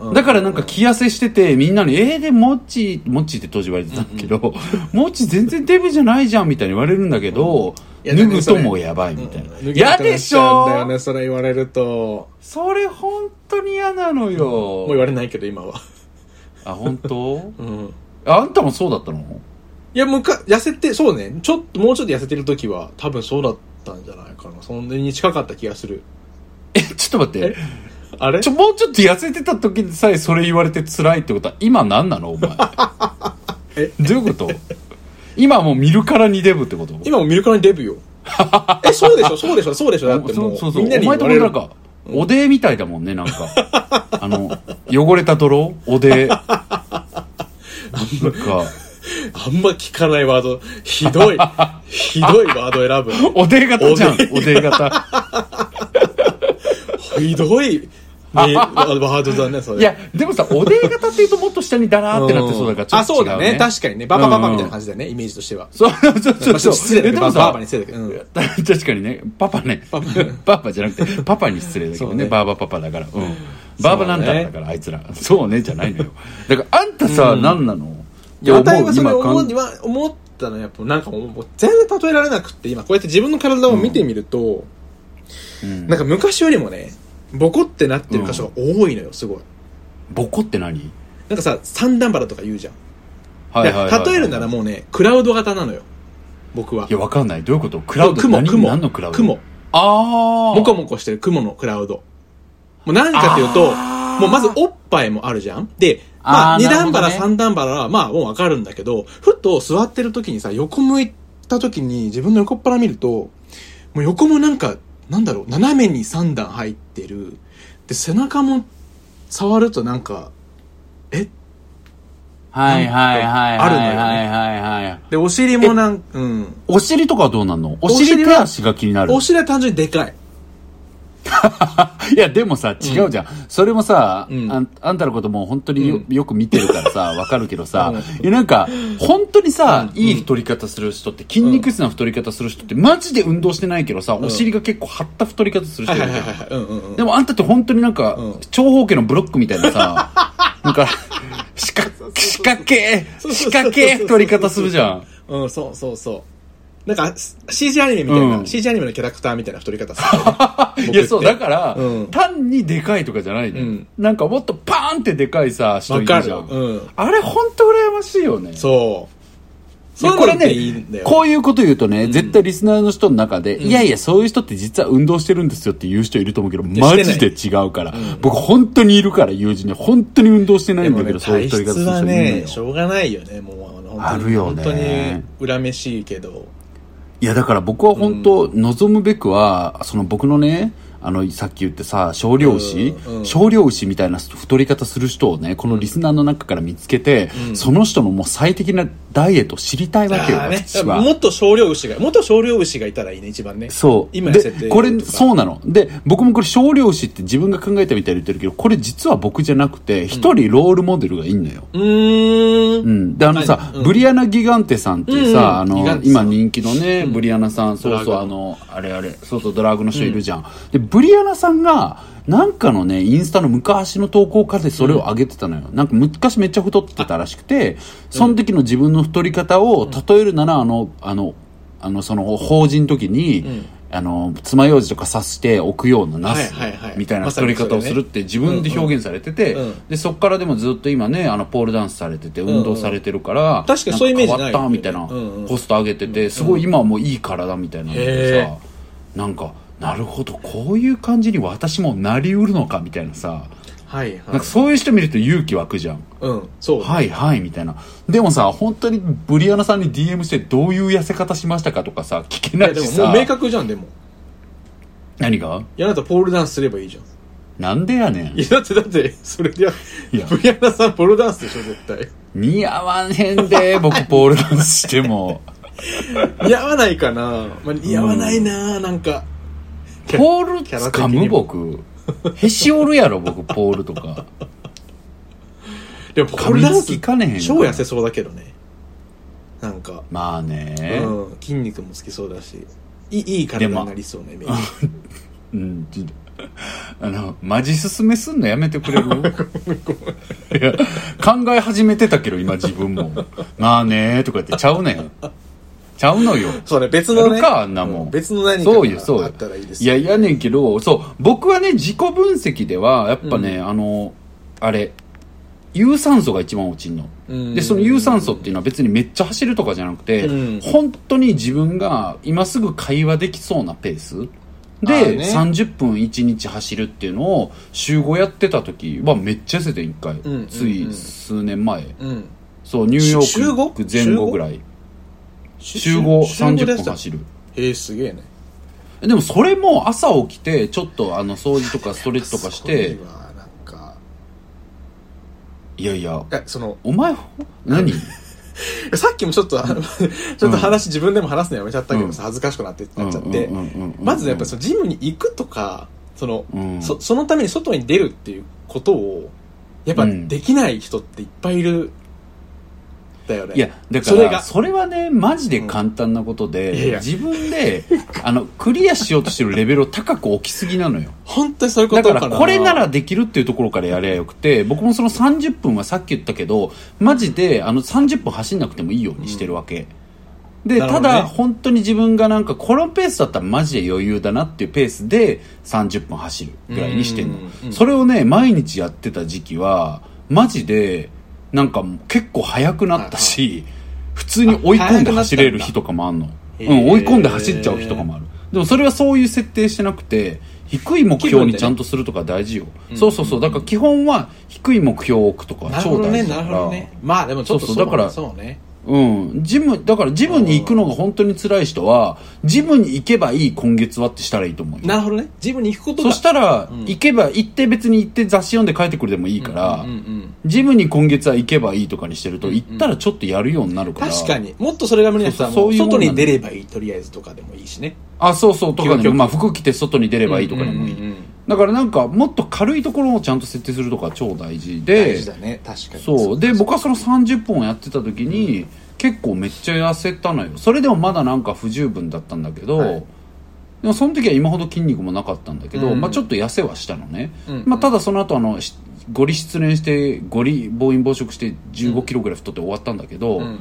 うん。だからなんか着痩せしてて、みんなに、えー、で、もっち、もっちって当時言われてたんだけど、 [laughs] もっち全然デブじゃないじゃんみたいに言われるんだけど、いや脱ぐともうやばいみたいな。うん嫌でしょ脱げなくなっちゃうんだよね、それ言われると。それ本当に嫌なのよ。もう言われないけど、今は。あ本 [laughs] 当うん。あんたもそうだったのいや、むか、痩せて、そうね、ちょっと、もうちょっと痩せてる時は、多分そうだったんじゃないかな。そんなに近かった気がする。えちょっと待ってあれちょもうちょっと痩せてた時でさえそれ言われて辛いってことは今何なのお前 [laughs] えどういうこと今もう見るからにデブってこと今もミルクラにデブ [laughs] よ。え、そうでしょ、そうでしょ、そうでしょ、だってもそう、うそうそうみんなにお前言とわもれなんる。か、おでみたいだもんねなんかあの汚れた泥お [laughs] でなんかあんま聞かないワード、ひど [laughs] い、ひどいワード選ぶねおで型じゃんおおで型ひど [laughs] い、ね、ワードだね、それ。いやでもさおで型っていうともっと下にダラーってなってそうだからちょあ、っと違、そううだね。確かにね。ババババみたいな感じだよね、イメージとしては。そうそうそうそう、まあちょっと失礼だえけでど、もバさババに失礼だけど。うん [laughs] 確かにねパパねパパじゃなくてパパに失礼だけどそうねねバーバパパだから、うん、バーバなんだだからあいつらそうねじゃないのよだからあんたさ、何なのいや私はそれ今思かうんには思ったのはやっぱなんかもうもう全然例えられなくって今こうやって自分の体を見てみると、うんなんか昔よりもねボコってなってる箇所が多いのよすごいボコって何、なんかさ三段腹とか言うじゃん、はいはいはいで例えるならもうねクラウド型なのよ僕はいやわかんないどういうことクラウド雲何雲何のクラウド雲ああモコモコしてる雲のクラウドもう何かっていうとあーもうまずおっぱいもあるじゃんでまああー二段な腹るほど三段腹はまあもうわかるんだけどふっと座ってる時にさ横向いた時に自分の横っ腹見るともう横もなんかなんだろう斜めに三段入ってるで背中も触るとなんかえはいはいはいはいはいはいはいでお尻もなんうんお尻とかはどうなんのおお尻尻手は足が気になるお尻は単純にでかいいや、でもさ、違うじゃん。それもさ、んあん、あんたのことも本当によ,、よく見てるから [laughs] さ、わかるけどさ、ういやなんか、本当にさ、いい太り方する人って、筋肉質な太り方する人って、マジで運動してないけどさ、お尻が結構張った太り方する人はいいはいるじゃはいん。はいうんうんうんでもあんたって本当になんか、長方形のブロックみたいな [laughs] さ、なんか、四角、四角形、そうそうそう四角形太り方するじゃん。うん、そうそうそう。なんか、す CG アニメみたいな、うん CG アニメのキャラクターみたいな太り方するよね、いや、そう、だから、うん単にでかいとかじゃないね、うんなんかもっとパーンってでかいさ、人いるじゃわん。かるうんあれ、ほんと羨ましいよね。そいう。やそうこいうれのっていいんだね、よ。こういうこと言うとね、絶対リスナーの人の中で、いやいや、そういう人って実は運動してるんですよって言う人いると思うけど、やマジで違うから。僕、本当にいるから、友人に。本当に運動してないでんもだけね、ど、そういう人体り質方するは人いるね、のしよ。ょうがないよね、もう、あの、本当に。あるよね本当に、恨めしいけど。いや、だから僕は本当、望むべくは、その僕のね、あの、さっき言ってさ、少量牛、うんうん少量牛みたいな太り方する人をね、このリスナーの中から見つけて、その人のもう最適なダイエットを知りたいわけよ、あーね私、は。もっと少量牛が、もっと少量牛がいたらいいね、一番ね。そう。今痩せてで、るこれ、とかそうなの。で、僕もこれ、少量詞って自分が考えたみたいに言ってるけど、これ実は僕じゃなくて、一人ロールモデルがいいのよ。ううーん。ん。で、あのさ、何うんブリアナ・ギガンテさんっていうさ、うんうんギあガのン、テさ今ん人気のね、ブリアナさん、そうそドう、ラあッグの、あれあれ、そうそう、ドラッグの人いるじゃん。で、ブリアナさんが、なんかのね、インスタの昔の投稿家でそれを上げてたのよ。なんか昔めっちゃ太ってたらしくて、その時の自分の太り方を例えるなら、あの、あの、あの、その、法事の時に、あの、爪楊枝とか刺して置くようなナスはいはいはいみたいなまさ太にり方をそれねするって自分で表現されてて、うんうんで、そっからでもずっと今ね、あの、ポールダンスされてて、運動されてるから、確かにそういうイメージんか変わったみたいなないよねうんうん、ポスト上げてて、すごい今はもういい体みたいなのへでさえ、なんか、なるほど、こういう感じに私もなりうるのかみたいなさ、はいはなんいかそういう人見ると勇気湧くじゃん。うんそうはいはいみたいな。でもさ、本当にブリアナさんに DM してどういう痩せ方しましたかとかさ、聞けいなやいでしもさ。もう明確じゃんでも何がいやあなたポールダンスすればいいじゃんなんでやねんい。やだってだってそれでいやブリアナさんポールダンスでしょ絶対似合わへんで、僕ポールダンスしても。似合わないかな、まあ、似合わないな、なんかポールキャラ掴的むにも僕。へし折るやろ僕、ポールと [laughs] か。でもポールダン噛みつスきかねへん超痩せそうだけどねなんか、まあね。うん、筋肉もつきそうだしいいいい体でもになりそうなイメージうん、ちょあの、マジ進めすんのやめてく [laughs] れるいや、考え始めてたけど、今自分も。まあねとか言って、ちゃうねん。ちゃうのよ。そうね別のやねるかあんなもんう別の何かそうよ、そうがあよったらいいで。すいや、いやねんけど、そう、僕はね、自己分析では、やっぱね、あの、あれ、有酸素が一番落ちんの。うんで、その有酸素っていうのは別にめっちゃ走るとかじゃなくて、うん本当に自分が今すぐ会話できそうなペースあーで、ね30分1日走るっていうのを週5やってた時はめっちゃ痩せて1回、んうんつい数年前うんそうニューヨ週ーク 5? 前後ぐらい週5 30分走るえー、すげえねでもそれも朝起きてちょっとあの掃除とかストレッチとかしす [laughs] てごいわなんかいやいやえその [laughs] お前何さっきもちょっとあの [laughs] ちょっと話、自分でも話すのやめちゃったけどさ恥ずかしくなってなっちゃって、うんうんうんうんうんまずやっぱりそのジムに行くとかその、うんそそのために外に出るっていうことをやっぱうんできない人っていっぱいいるだよね、いや、だかそれら、がそれはね、マジで簡単なことで、うんいやいや自分で、あの、クリアしようとしてるレベルを高く置きすぎなのよ。本当にそういうこだとかかなら、これならできるっていうところからやりゃよくて、僕もその30分はさっき言ったけど、マジで、あの、30分走んなくてもいいようにしてるわけ。で、なるたほどねだ、本当に自分がなんか、このペースだったらマジで余裕だなっていうペースで、30分走るぐらいにしてんのう。んそれをね、毎日やってた時期は、マジで、なんか、結構速くなったし、普通に追い込んで走れる日とかもあんの。へうーん、追い込んで走っちゃう日とかもある。でもそれはそういう設定してなくて、低い目標にちゃんとするとか大事よ。そうそうそう。だから基本は低い目標を置くとかなる超ほど大ね事だなかるほらど。ねまあでもちょっとそうそそううだからそうねうん。ジム、だからジムに行くのが本当に辛い人は、ジムに行けばいい今月はってしたらいいと思うよ。なるほどねジムに行くことがそしたら、ん行けば、行って別に行って雑誌読んで帰ってくるでもいいから、うんうんうんジムに今月は行けばいいとかにしてると、行ったらちょっとやるようになるから。確か。にもっとそれが無理な人はそうそうもうそういうもんな外んだに出ればいいとりあえずとかでもいいしねあ、そうそう、とか究で極も、まあ服着て外に出ればいいとかでもいい。うんうんうんだからなんか、もっと軽いところをちゃんと設定するとか超大事で。大事だね確かにそう。で、僕はその30本やってた時に、結構めっちゃ痩せたのよ。それでもまだなんか不十分だったんだけど、はいでもその時は今ほど筋肉もなかったんだけど、うんまあちょっと痩せはしたのね。うんまあただその後あの、しゴリ失恋して、ゴリ暴飲暴食して15キロぐらい太って終わったんだけど、うんうん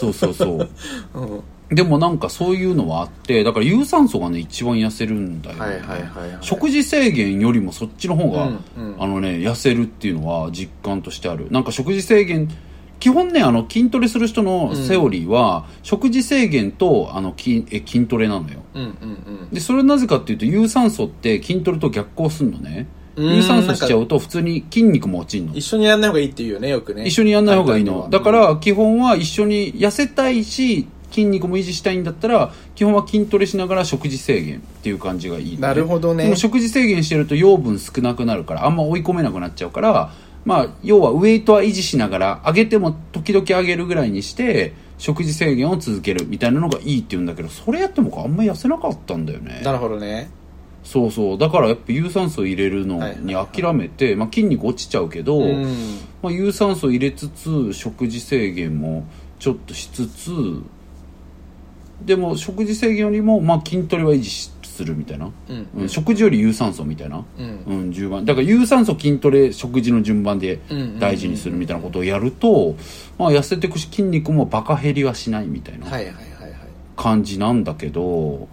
そうそうそう。 [laughs] うんうんでもなんかそういうのはあって、だから有酸素がね、一番痩せるんだよね、はいはいはいはい食事制限よりもそっちの方が、うんうんあのね、痩せるっていうのは実感としてある。なんか食事制限、基本ね、あの、筋トレする人のセオリーは、食事制限と、あの、筋、え、筋トレなのよ。うんうんで、それはなぜかっていうと、有酸素って筋トレと逆行すんのね。うーん有酸素しちゃうと、普通に筋肉も落ちんのうん一。緒にやんない方がいいっていうよねよくね一緒にやんない方がいい簡単の。にはだから、基本は一緒に痩せたいし、筋肉も維持したいんだったら、基本は筋トレしながら食事制限っていう感じがいいのね、なるほどねでも食事制限してると養分少なくなるから、あんま追い込めなくなっちゃうから、まあ、要はウェイトは維持しながら、上げても時々上げるぐらいにして、食事制限を続けるみたいなのがいいって言うんだけど、それやっても僕あんま痩せなかったんだよね。なるほどねそうそう。だからやっぱ有酸素入れるのに諦めて、まあ筋肉落ちちゃうけど、うんまあ、有酸素入れつつ食事制限もちょっとしつつでも食事制限よりも、まあ、筋トレは維持しするみたいな、うんうん食事より有酸素みたいな、うんうん、順番だから有酸素筋トレ食事の順番でうん大事にするみたいなことをやると、まあ、痩せてくし筋肉もバカ減りはしないみたいなはいはいはいはい感じなんだけど、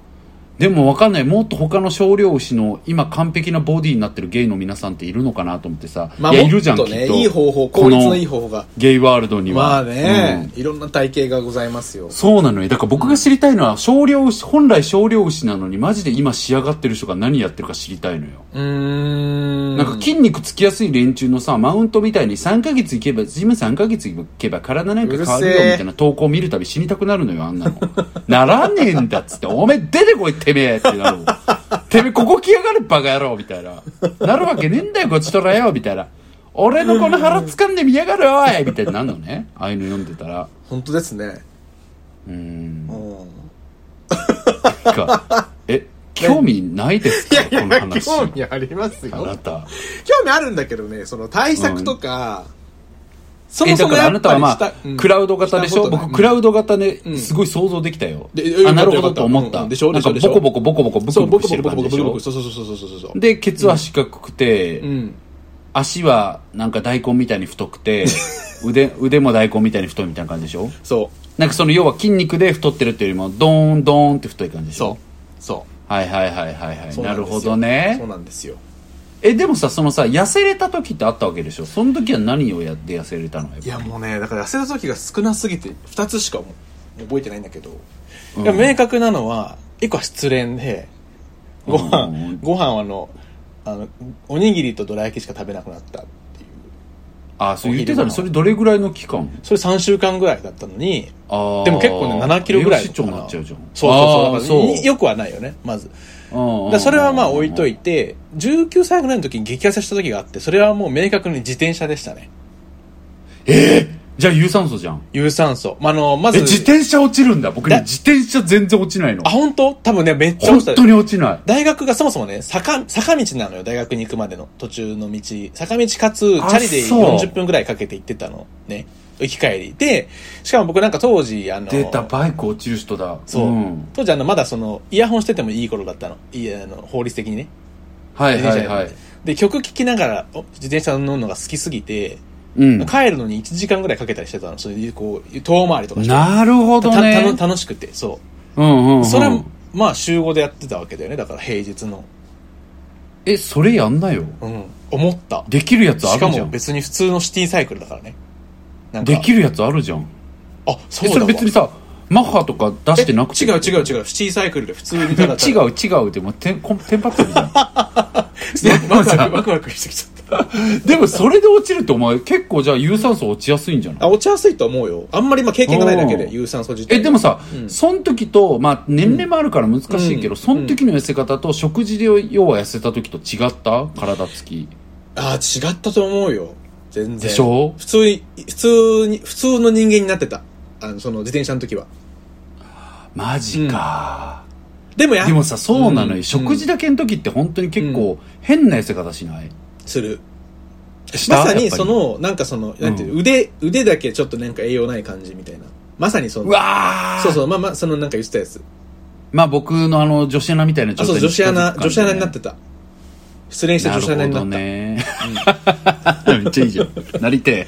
でもわかんないもっと他の少量牛の今完璧なボディになってるゲイの皆さんっているのかなと思ってさ、まあ、いやいもるっじゃんときね、っといい方法、こ効率ののいい方法が。ゲイワールドにはまあね、うんいろんな体型がございますよ。そうなのよだから僕が知りたいのは少量牛本来少量牛なのにマジで今仕上がってる人が何やってるか知りたいのようーん。なんか筋肉つきやすい連中のさ、マウントみたいに3ヶ月行けば、ジム3ヶ月行けば体なんか変わるようるせえみたいな投稿見るたび死にたくなるのよ、あんなの。ならねえんだっつって、おめえ出てこい、てめえってなるもん。てめえここ来やがる、バカ野郎みたいな。なるわけねえんだよ、こっちとらよみたいな。俺のこの腹掴んでみやがる、おいみたいになるのね。ああいうの読んでたら。本当ですね。うーん。うん。なんか、え、興味ないですいかやいやこの、話。興味ありますあなよ。た。興味あるんだけどね、その対策とか、そえ、だからあなたはまあ、クラウド型でしょ僕、クラウウド型でうんすごい想像できたよ。でよかあ、ったなるほよかどったと思っうんた。うんでしょなんかでしょボコボコボコボコブそう、クブ僕クして僕る僕感じ僕でし僕ょ僕、そうそうそうそうそうそう。で、ケツは四角くて、うん。足はなんか大根みたいに太 [laughs] くて、腕、腕も大根みたいに太いみたいな感じでしょそなんかその要は筋肉で太ってるっていうよりも、ドーンドーンって太い感じう、でしそょう、そはいはいはいはいはうい。そうなんるですよほどそうね。なんですよ。え、でもさ、そのさ、痩せれた時ってあったわけでしょその時は何をやって痩せれたのいやもうね、だから痩せた時が少なすぎて、二つしかもう覚えてないんだけど、うんでも明確なのは、一個は失恋で、ごう飯ん、ご飯はあの、あの、おにぎりとどら焼きしか食べなくなったっていう。あ、そう言ってたのそれどれぐらいの期間それ3週間ぐらいだったのに、あーでも結構ね、7キロぐらい。栄養失調になっちゃうじゃん。そうそうそう。だからあーよくはないよね、まず。うんうんだそれはまあ置いといて、19歳ぐらいの時に激痩せした時があって、それはもう明確に自転車でしたね。じゃあ有酸素じゃん。有酸素。まあ、あの、まず、え、自転車落ちるんだ。僕ね、だ自転車全然落ちないのあ、。本当多分ね、めっちゃ落本ちた。当に落ちない。大学がそもそもね、坂、坂道なのよ、大学に行くまでの途中の道。坂道かつ、チあャリでそう40分くらいかけて行ってたの。ね。行き帰り。で、しかも僕なんか当時、あの、出た、バイク落ちる人だ。そう。ん当時あの、まだその、イヤホンしててもいい頃だったの。いや、あの、法律的にね。はい自は転い車はでい。で、曲聴きながら、お自転車乗るのが好きすぎて、うん。帰るのに1時間ぐらいかけたりしてたの。そういう、こう、遠回りとかして。なるほどたたねの。楽しくて、そう。うんうんうん。それは、まあ、週5でやってたわけだよね。だから、平日の。え、それやんなよ。うん。思った。できるやつあしかるじゃもん。別に普通のシティサイクルだからね。なんかできるやつあるじゃん。あ、え、そうそだれわ別にさ、マッハとか出してなくて。違う違う違う。シティサイクルで普通にただ [laughs] [laughs] 違う違うでもテン、こんテンパってるじゃん。ワクワク、ワクワクしてきちゃった。でもそれで落ちるってお前結構じゃあ有酸素落ちやすいんじゃないあ、落ちやすいと思うよ。あんまりまあ経験がないだけうで、ん有酸素自体。えでもさ、んその時と、まあ、年齢もあるから難しいけど、うんその時の痩せ方と食事で要は痩せた時と違った体つきあー、違ったと思うよ。全然。でしょ普通に、普通に、普通の人間になってた。あの、その自転車の時は。マジか、でもやでもさそうなのよ、うん食事だけの時って本当に結構変な痩せ方しない、する。したまさやにっぱりその、なんかその、なんていう、腕、腕だけちょっとなんか栄養ない感じみたいな。まさにそうの、わーそうそう、まあまあ、そのなんか言ってたやつ。まあ僕のあの女子アナみたいなあ、状態そう、に女子ア近づナ、く感女じ子ねアナになってた。失恋して女子アナになった。なるほどね [laughs] めっちゃいいじゃんなりて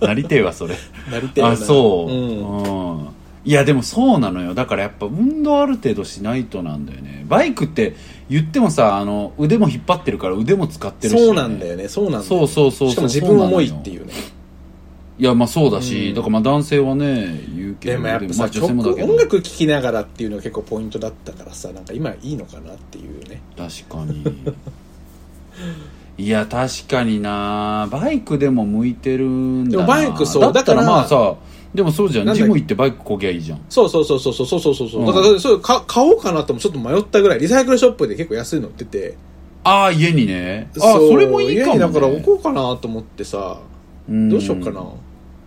えなりてえわそれなりてえなあそう、うんうんいやでもそうなのよだからやっぱ運動ある程度しないとなんだよねバイクって言ってもさあの腕も引っ張ってるから腕も使ってるしね、そうなんだよね、そうなんだよ。そうそうそうそうしかも自分重いっていうね。いやまあそうだし、うんだからまあ男性はね言うけどでもやっぱまあさ、女曲、性もだけど音楽聴きながらっていうのが結構ポイントだったからさ、なんか今いいのかなっていうね。確かにいや確かになバイクでも向いてるんだなでもバイクそうだったらだからまあさでもそうじゃんなんだジム行ってバイクこぎゃいいじゃんそうそうそうそうそうそうそうそう。うんだから、そう、か買おうかなともちょっと迷ったぐらい、リサイクルショップで結構安いの売ってて。ああ家にねああそれもいいかも、ね、家にだから置こうかなと思ってさ、んどうしようかな。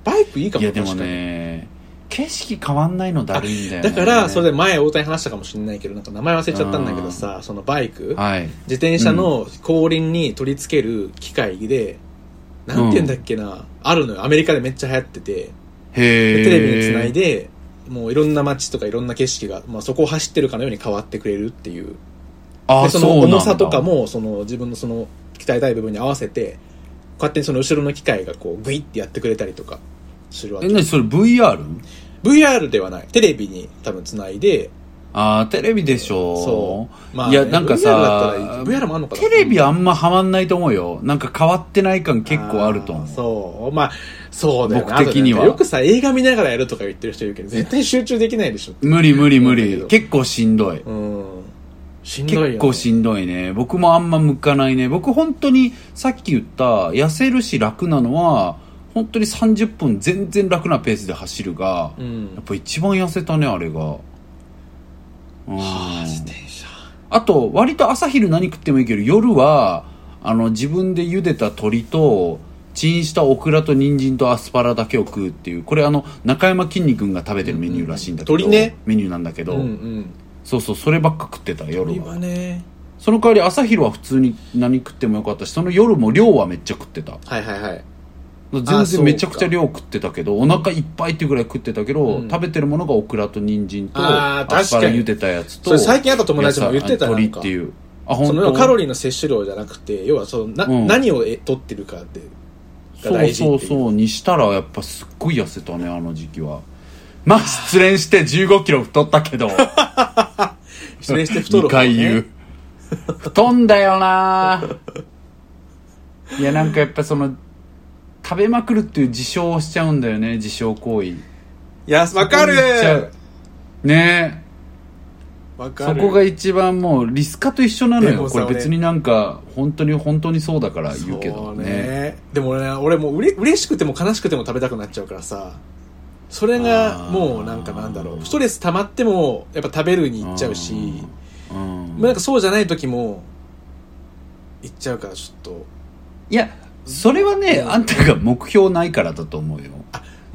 バイクいいかもいやでも確かにね景色変わんないのだるいんだよねだから、それで前大谷話したかもしれないけど、なんか名前忘れちゃったんだけどさ、そのバイク、はい自転車の後輪に取り付ける機械で、なんて言うんだっけな、あるのよ。アメリカでめっちゃ流行ってて、へでえテレビにつないで、もういろんな街とかいろんな景色が、まあ、そこを走ってるかのように変わってくれるっていう。あで、その重さとかそうなんだも、その自分のその鍛えたい部分に合わせて、勝手にその後ろの機械がこう、グイってやってくれたりとかするわえけ。何それ VR? VR ではない。テレビに多分つないで、ああ、テレビでしょ。そうまあいや、ねなんか VR だったらいさい、VR もあんのかなテレビあんまハマんないと思うよ。なんか変わってない感結構あると思う。そう。まあ、そうだよな僕的にはあとねよくさ、映画見ながらやるとか言ってる人いるけど、絶対集中できないでしょ。無理無理無そうだけ理。ど結構しんどい。うん。しんどいよね、結構しんどいね。僕もあんま向かないね。僕本当にさっき言った痩せるし楽なのは、本当に30分全然楽なペースで走るが、うんやっぱ一番痩せたね、あれが。うん自転車。あと、割と朝昼何食ってもいいけど、夜は、あの、自分で茹でた鶏と、チンしたオクラと人参とアスパラだけを食うっていう、これあの、中山きんに君が食べてるメニューらしいんだけど、うんうん鶏ねメニューなんだけど、うんうん。そうそう、そればっか食ってた、夜鳥はは。ね。その代わり朝昼は普通に何食ってもよかったし、その夜も量はめっちゃ食ってた。はいはいはい。全そう然かめちゃくちゃ量食ってたけど、お腹いっぱいっていうぐらい食ってたけど、ん食べてるものがオクラと人参と、あーアスパラ確かに茹でたやつと、それ最近会った友達も言ってた野な菜ん鶏かっていう。あ、そ本の当カロリーの摂取量じゃなくて、要はそのな、うん何をえ取ってるかって、がそう大事ってそいううそうにしたらやっぱすっごい痩せたねあの時期はまあ失恋して1 5キロ太ったけど失礼して [laughs] 太る2方ね回言う太んだよないやなんかやっぱその食べまくるっていう自傷をしちゃうんだよね自傷行為いや、わそかこに行っちゃるうねえわかそる。こが一番もうリスカと一緒なのでよもさこれ別になんか本当に本当にそうだから言うけそどうねでもね俺もうれ嬉しくても悲しくても食べたくなっちゃうからさそれがあーもうなんかなんだろうストレス溜まってもやっぱ食べるに行っちゃううしんまあなんかそうじゃない時も行っちゃうからちょっといや、それはね、あんたが目標ないからだと思うよ。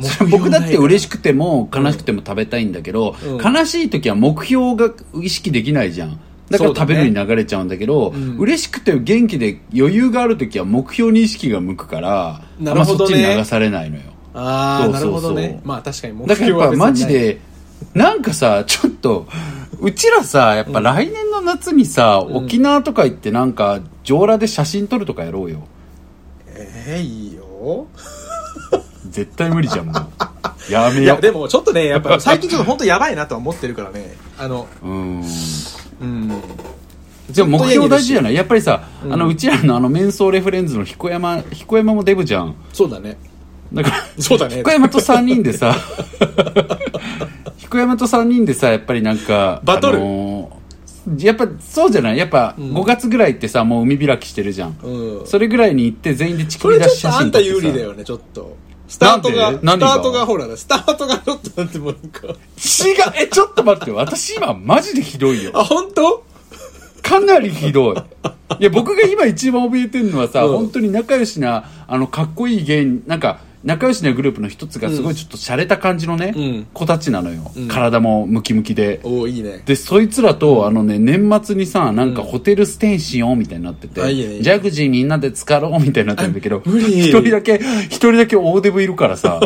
それ目 [laughs] 標僕なだいって嬉しくても悲しくても食べたいんだけど、うん悲しい時は目標が意識できないじゃん。だからそうだ食ねべるに流れちゃうんだけど、ん嬉しくて元気で余裕がある時は目標に意識が向くから、なあんまるそほっどちねに流されないのよ。ああそうなそうそるうほどねまあ確かに目だから標やはっぱ別にマジないで、なんかさ、ちょっと、うちらさ、やっぱ来年の夏にさ、沖縄とか行ってなんか、上裸で写真撮るとかやろうよ。えー、いいよ絶対無理じゃん、も [laughs] う。やめいよやでもちょっとね [laughs] やっぱ最近ちょっと本当やばいなとは思ってるからねあのう。うん。うんでも目標大事じゃないないやっぱりさ、あの、うちらのあの、メンソーレフレンズの彦山、彦山もデブじゃん。そうだねだ [laughs] から、そうだね彦山と3人で [laughs] さ、彦山と3人でさ、やっぱりなんか、バトルあのーやっぱそうじゃないやっぱ5月ぐらいってさ、もう海開きしてるじゃん、うんそれぐらいに行って全員でチキこリれ出ちょしっと写あん真た撮ってさ有利だよね、ちょっと。スタートなが、んでス何タがートがほら、スタートがちょっとなんてもうなんか。違うえちょっと待って私今マジでひどいよあ、本当かなりひ [laughs] どい。いや、僕が今一番怯えてるのはさ、うん本当に仲良しな、あの、かっこいい芸人、なんか、仲良しなグループの一つがすごいちょっと洒落た感じのね、うん子たちなのよ。ん体もムキムキで。おーいいね。で、そいつらと、あのね、年末にさ、なんかホテルステイしようみたいになってて、あいいねいいねジャグジーみんなで浸かろうみたいになってるんだけど、無理一人だけ、一人だけ大デブいるから [laughs] さ、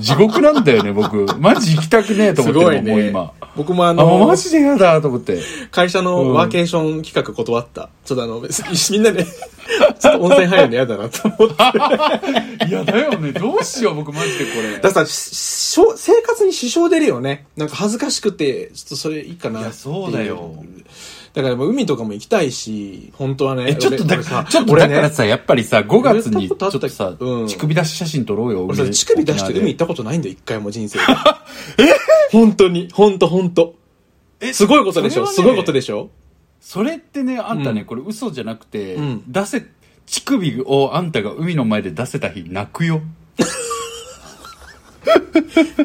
地獄なんだよね、僕。マジ行きたくねえと思すってごるいもん、もうね今。。僕もああ、もうのマ、ジでやだと思って。会社のワーケーション企画断った。ちょっとあの、みんなで、ちょっと温泉入るの嫌だなと思って。だかいやだよねどうしよう僕マジでこれらさ、ししょ生活に支障出るよね。なんか恥ずかしくて、ちょっとそれいいかなっていいやそうだよ。だからもう海とかも行きたいし、本当はね。ちょっとだ俺からさちょっと俺だねからさやっぱりさ5月にちょっ俺とさうん乳首出し写真撮ろうよ俺さ、海乳首出して海行っ沖たことないんだよ、一回も [laughs] 人生で。本当に、本当本当縄ですごいことでしょ、すそれごはいねことでしょそれってねあんたねこれ嘘じゃなくてん出せ乳首をあんたが海の前で出せた日泣くよ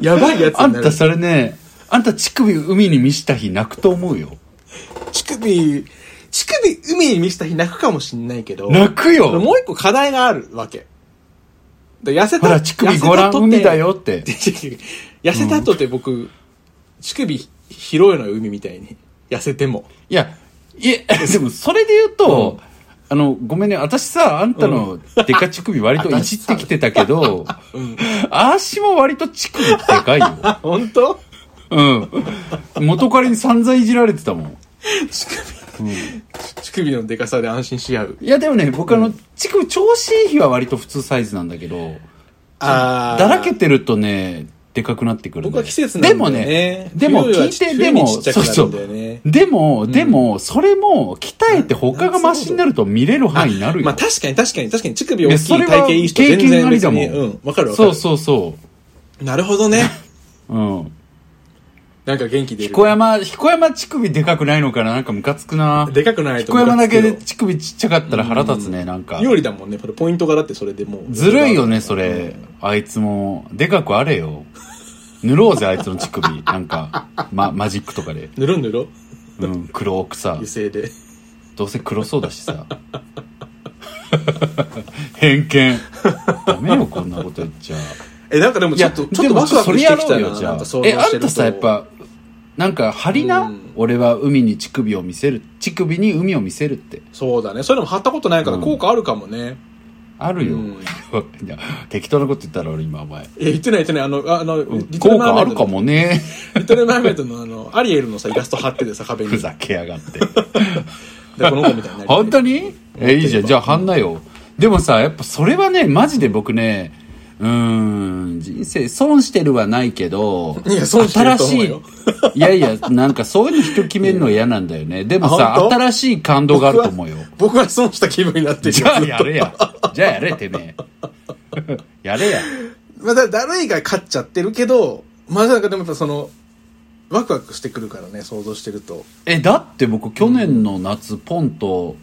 やばいやつあにんなたる。それねあんた乳首海に見した日泣くと思うよ乳首、乳首海に見せた日泣くかもしんないけど、泣くよもう一個課題があるわけ。で痩せたほら乳首ご覧海だ。よって痩せたとて [laughs] 痩せたとて僕、乳首広いのよ、海みたいに。痩せても。いや、いえ、 [laughs] でもそれで言うと、あの、ごめんね、私さ、あんたのデカ乳首割といじってきてたけど、あーしも割と乳首でかいよ。あ、本 [laughs] 当うん。元彼に散々いじられてたもん。乳首のデカさで安心し合う。いや、でもね、僕あの、乳首調子いい日は割と普通サイズなんだけど、あだらけてるとね、でかくなってくるん僕だよは季節なんだよね。でもね冬はでも聞いて冬でもにちっちゃくなるんだよね。でも、でも、それも、鍛えて他がマシになると見れる範囲になるよ。まあ確かに確かに確かに乳首大いやきいそれ体は型いい人全経験然あり別だもんに。うん、わかるわかそるう。そうそなるほどね。う。うん。 [laughs] なんか元気出る。彦山、彦山乳首でかくないのかななんかムカつくな。でかくないと彦思う山だけで乳首ちっちゃかったら腹立つね、なんか。有利だもんね。これポイントがだってそれでもう。ずるいよね、れそれ。あいつも、でかくあれよ。塗ろうぜ、あいつの乳首。なんか、ま、マジックとかで。ぬるぬるうん、黒くさ油。性で。どうせ黒そうだし [laughs] さ。偏見。ダメよ、こんなこと言っちゃ。え、なんかでもいちょや、っと、でもちょっとワクワクしてきたな。なんか想像え、あしてんるとたさ、やっ。ぱ、なんか、張りな、うん俺は海に乳首を見せる。乳首に海を見せるって。そうだね。そういうのも貼ったことないからうん効果あるかもね。あるよ。うん [laughs] いや適当なこと言ったら俺今、お前。え、言ってない言ってない。あの、ああの、リトル効マー果メあイドるかの。もね。リトルマーメイドのあの、アリエルのさ、イラスト貼っててさ、壁に。ふで、ざけやがって。この子みたいになりたい本当にえ、いいじゃん。じゃあ、貼んなよ。でもさ、やっぱそれはね、マジで僕ね、うーん、人生損してるはないけど、いや損してると思うよ新しい、いやいや、なんかそういうの人決めるの嫌なんだよね。でもあさ、本当新しい感動があると思うよ。僕は損した気分になってるじよゃあずっやとれや。じゃあやれ、てめえ。 [laughs] やれや。まあだだるいが勝っちゃってるけどまあなんかでもやっぱそのワクワクしてくるからね想像してるとえ、だって僕、去年の夏、ポンと、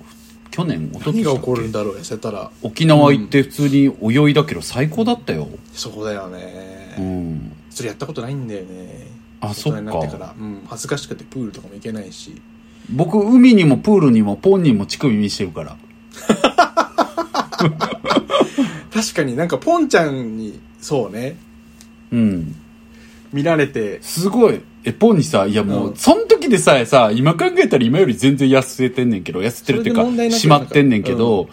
去年、おと何が起こるんだろう痩せたら沖縄行って普通に泳いだけど最高だったよ。そこだようねん。それやったことないんだよねあ大そっか人になってから、うん、恥ずかしくてプールとかも行けないし僕、海にもプールにもポンにも乳首見してるから。確かになんかポンちゃんにそうねうん。見られてすごい。え、ポンにさ、いやもう、うんその時でさえさ、今考えたら今より全然痩せてんねんけど、痩せてるっていうか、それで問題なくしまってんねんけど、う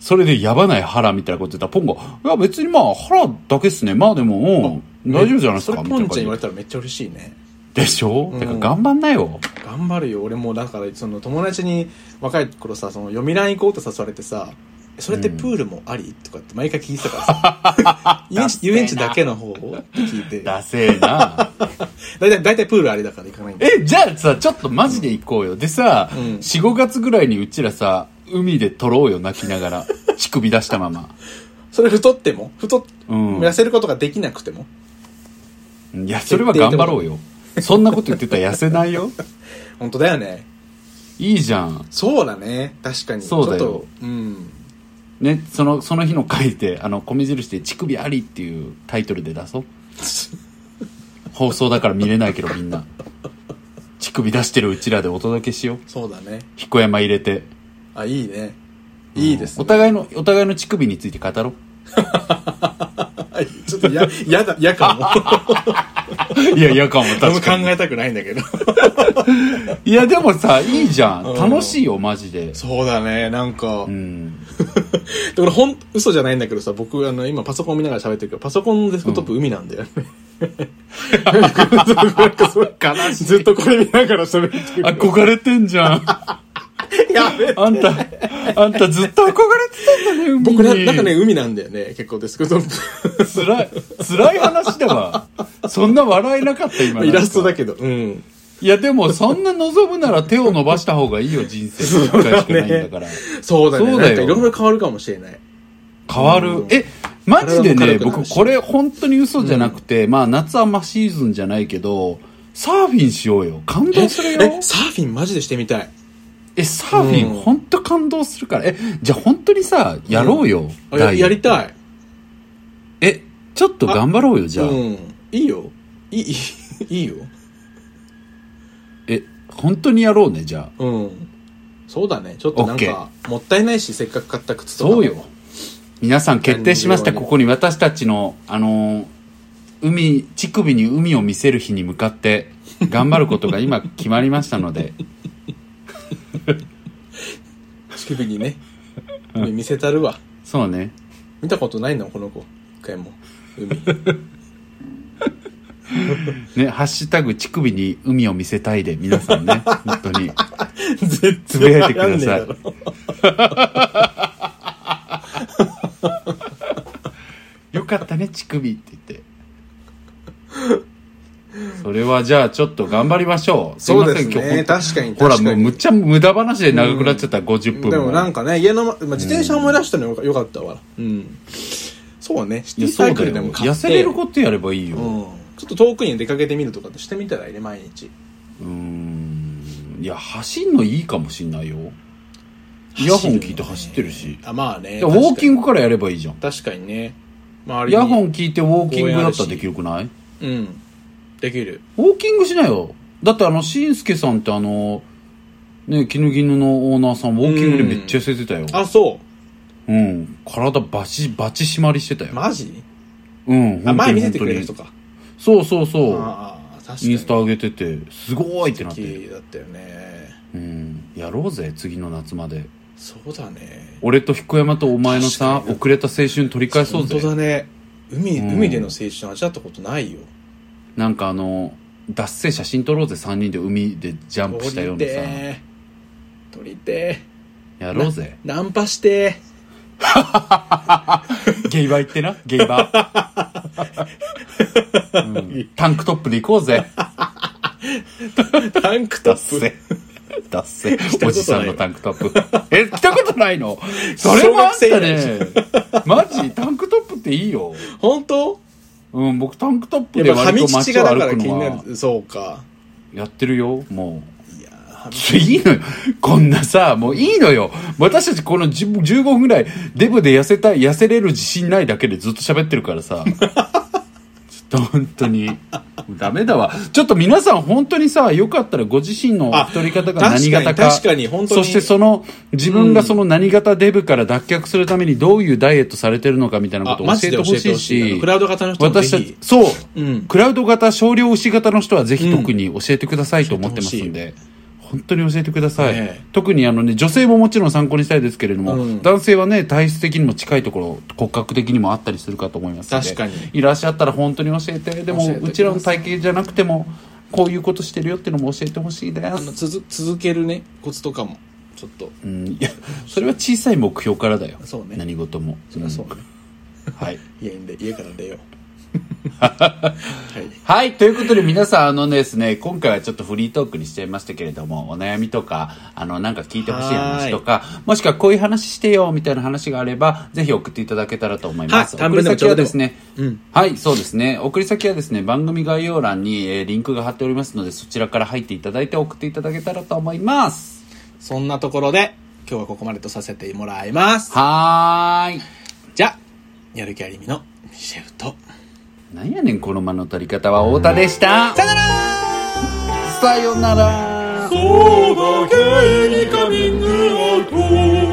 それでやばない腹みたいなこと言ったら、ポンが、いや別にまあ腹だけっすね。まあでも、うん、大丈夫じゃないですか、そみたいれポなンちゃ感ん言われじ。たらめっちゃ嬉しいねでしょ、うんだから頑張んなよ。頑張るよ俺もだからその友達に若い頃さその読み欄行こうって誘われてさ「それってプールもあり?」とかって毎回聞いてたから [laughs] さ遊園地遊園地だけの方をって聞いてだダセえな。[laughs] いたい大体プールありだから行かないんだよえ、じゃあさ、ちょっとマジで行こうよ。でさ、うん4、5月ぐらいにうちらさ、海で撮ろうよ、泣きながら。乳首出したまま。それ太っても太っ、うん痩せることができなくてもいや、それは頑張ろうよ。そんなこと言ってたら痩せないよ。本当だよね [laughs] いいじゃん。そうだね確かにそうだよちょっとうんね、その、その日の書いて、あの、米印で乳首ありっていうタイトルで出 [laughs] そう。放送だから見れないけどみんな。乳首出してるうちらでお届けしよう。そうだね彦山入れて。あいいねいいですおね、互いの、お互いの乳首について語ろう。はいちょっとややだや [laughs] かも [laughs] いや、嫌かも、何確も考かに。えたくないんだけど [laughs] いや、でもさ、いいじゃん。うん楽しいよ、マジで。そうだねなんか、うん。で俺ほん嘘じゃないんだけどさ僕あの今パソコン見ながら喋ってるけどパソコンのデスクトップ海なんだよね、 [laughs] なんかそう悲ずっとこれ見ながら喋ってる憧れてんじゃん。やべ [laughs] えあんた、あんたずっと憧れてたんだね、海に僕ななんかね、海なんだよね結構デスクトップ辛い、辛い話だわ。そんな笑えなかった、今。 [laughs] イラストだけ。けどうんいや、でも、そんな望むなら手を伸ばした方がいいよ、人生。一回しかないんだから。そうだねそうだよなんかいろいろ変わるかもしれない変わうるん。え、マジでね、体も軽くなる僕、しこれ、本当に嘘じゃなくて、まあ、夏あんまシーズンじゃないけど、サーフィンしようよ。感動するよ。えサーフィンマジでしてみたいえ、サーフィン、うんほんと感動するから。え、じゃあ本当にさ、やろうよ。あや第一やりたいえ、ちょっと頑張ろうよ、じゃあ。うんいいよいいいいいいよえ、本当にやろうね、じゃあ。うんそうだねちょっとなんオッかもったいないしせっかく買った靴とかもそうよ。皆さん決定しました。何こにこに私たちの、あのー海、乳首に海を見せる日に向かって、頑張ることが今決まりましたので。乳首にね見せたるわそうね。見たことないのこの子一回も海ね、ハッシュタグ、乳首に海を見せたいで、皆さんね、本当に。絶つぶやいてくだ [laughs] さいよかったね、乳首って言って。それはじゃあちょっと頑張りましょう。すいませんそうですね今日本当確かにほら、確かもにうむっちゃ無駄話で長くなっちゃった、50分でもなんかね、家の、まあ、自転車思い出したのよかよかったわ。うん。そうね、いシティや、サそうイクだルよ。でも買っ痩て。せれることやればいいよ。うん。ちょっと遠くに出かけてみるとかってしてみたらいいね、毎日。うーんいや、走んのいいかもしんないよ。イヤホン聞いて走ってるし。あ、まあね。いやウォーキグ。ングからやればいいじゃん。確かにね。周イりにヤホン聞いてウォーキングだったらできるくないうん。できる。ウォーキングしなよ。だってあの、しんすけさんってあの、ね、絹絹のオーナーさん、ウォーキングでめっちゃ痩せてたよ。あ、そうん。体バチ、バチ締まりしてたよう。。マジうん。あ、本当前に見せてくれる人。か。本当にそうそうそう。ああ、確かに。インスタ上げてて、すごいってなっ好て。きだったよね。うん。やろうぜ、次の夏まで。そうだね。俺と彦山とお前のさ、遅れた青春取り返そう本当ぜ。だね。海、うん海での青春味わったことないよ。なんかあの、脱線写真撮ろうぜ、3人で海でジャンプしたようなさ。え撮りてやろう [laughs] ぜ。えナンパしてゲイバー行ってな、ゲイバー。うんタンクトップで行こうぜ。えタンクト脱ッ [laughs] プ線。脱線たことない。おじさんのタンクトップ。え、着たことないのそれもあったね。マジタンクトップっていいよ。本当うん、僕タンクトップでやっぱ割髪と質街がをだ歩からく気のにはなるそうかやってるよ、もう。いやーいいのよ。こんなさ、もういいのよ。私たちこの10 15分ぐらい、デブで痩せたい、痩せれる自信ないだけでずっと喋ってるから [laughs] さ。ちょっと本当に。ダメだわ。ちょっと皆さん本当にさ、よかったらご自身のあ太り方が何型か。確かに確かに本当にそしてその、自分がその何型デブから脱却するためにどういうダイエットされてるのかみたいなあことをマ教ジえでて教ほえてしほいしいしク。ラウド型の人もぜ私たひち、そう、うんクラウド型、少量牛型の人はぜひ特に教えてくださいと思ってますんで、本当に教えてください。ねえ特にあのね、女性ももちろん参考にしたいですけれども、うん男性はね、体質的にも近いところ、骨格的にもあったりするかと思いますので確かにいらっしゃったら本当に教えて、で教えもてくだ、さいうちらの体型じゃなくても、こういうことしてるよっていうのも教えてほしいであのす。続続けるねコツとかもちょっとうん、いや、それは小さい目標からだよ。そうね何事も。そりゃそうねうんはい。家にで家から出ようはいはい。ということで皆さん、あのですね、今回はちょっとフリートークにしちゃいましたけれども、お悩みとか、あの、なんか聞いてほしい話とか、もしくはこういう話してよ、みたいな話があれば、ぜひ送っていただけたらと思います。は送い短文りでも先はですね、ちょうどでもはい、そうですね。送り先はですね、番組概要欄に、えーリンクが貼っておりますので、そちらから入っていただいて送っていただけたらと思います。そんなところで今日はここまでとさせてもらいますはーい。じゃあやる気ありみのミシェフとなんやねん、この間の取り方は太田でした。さよならさよならそうだけにカミングアウト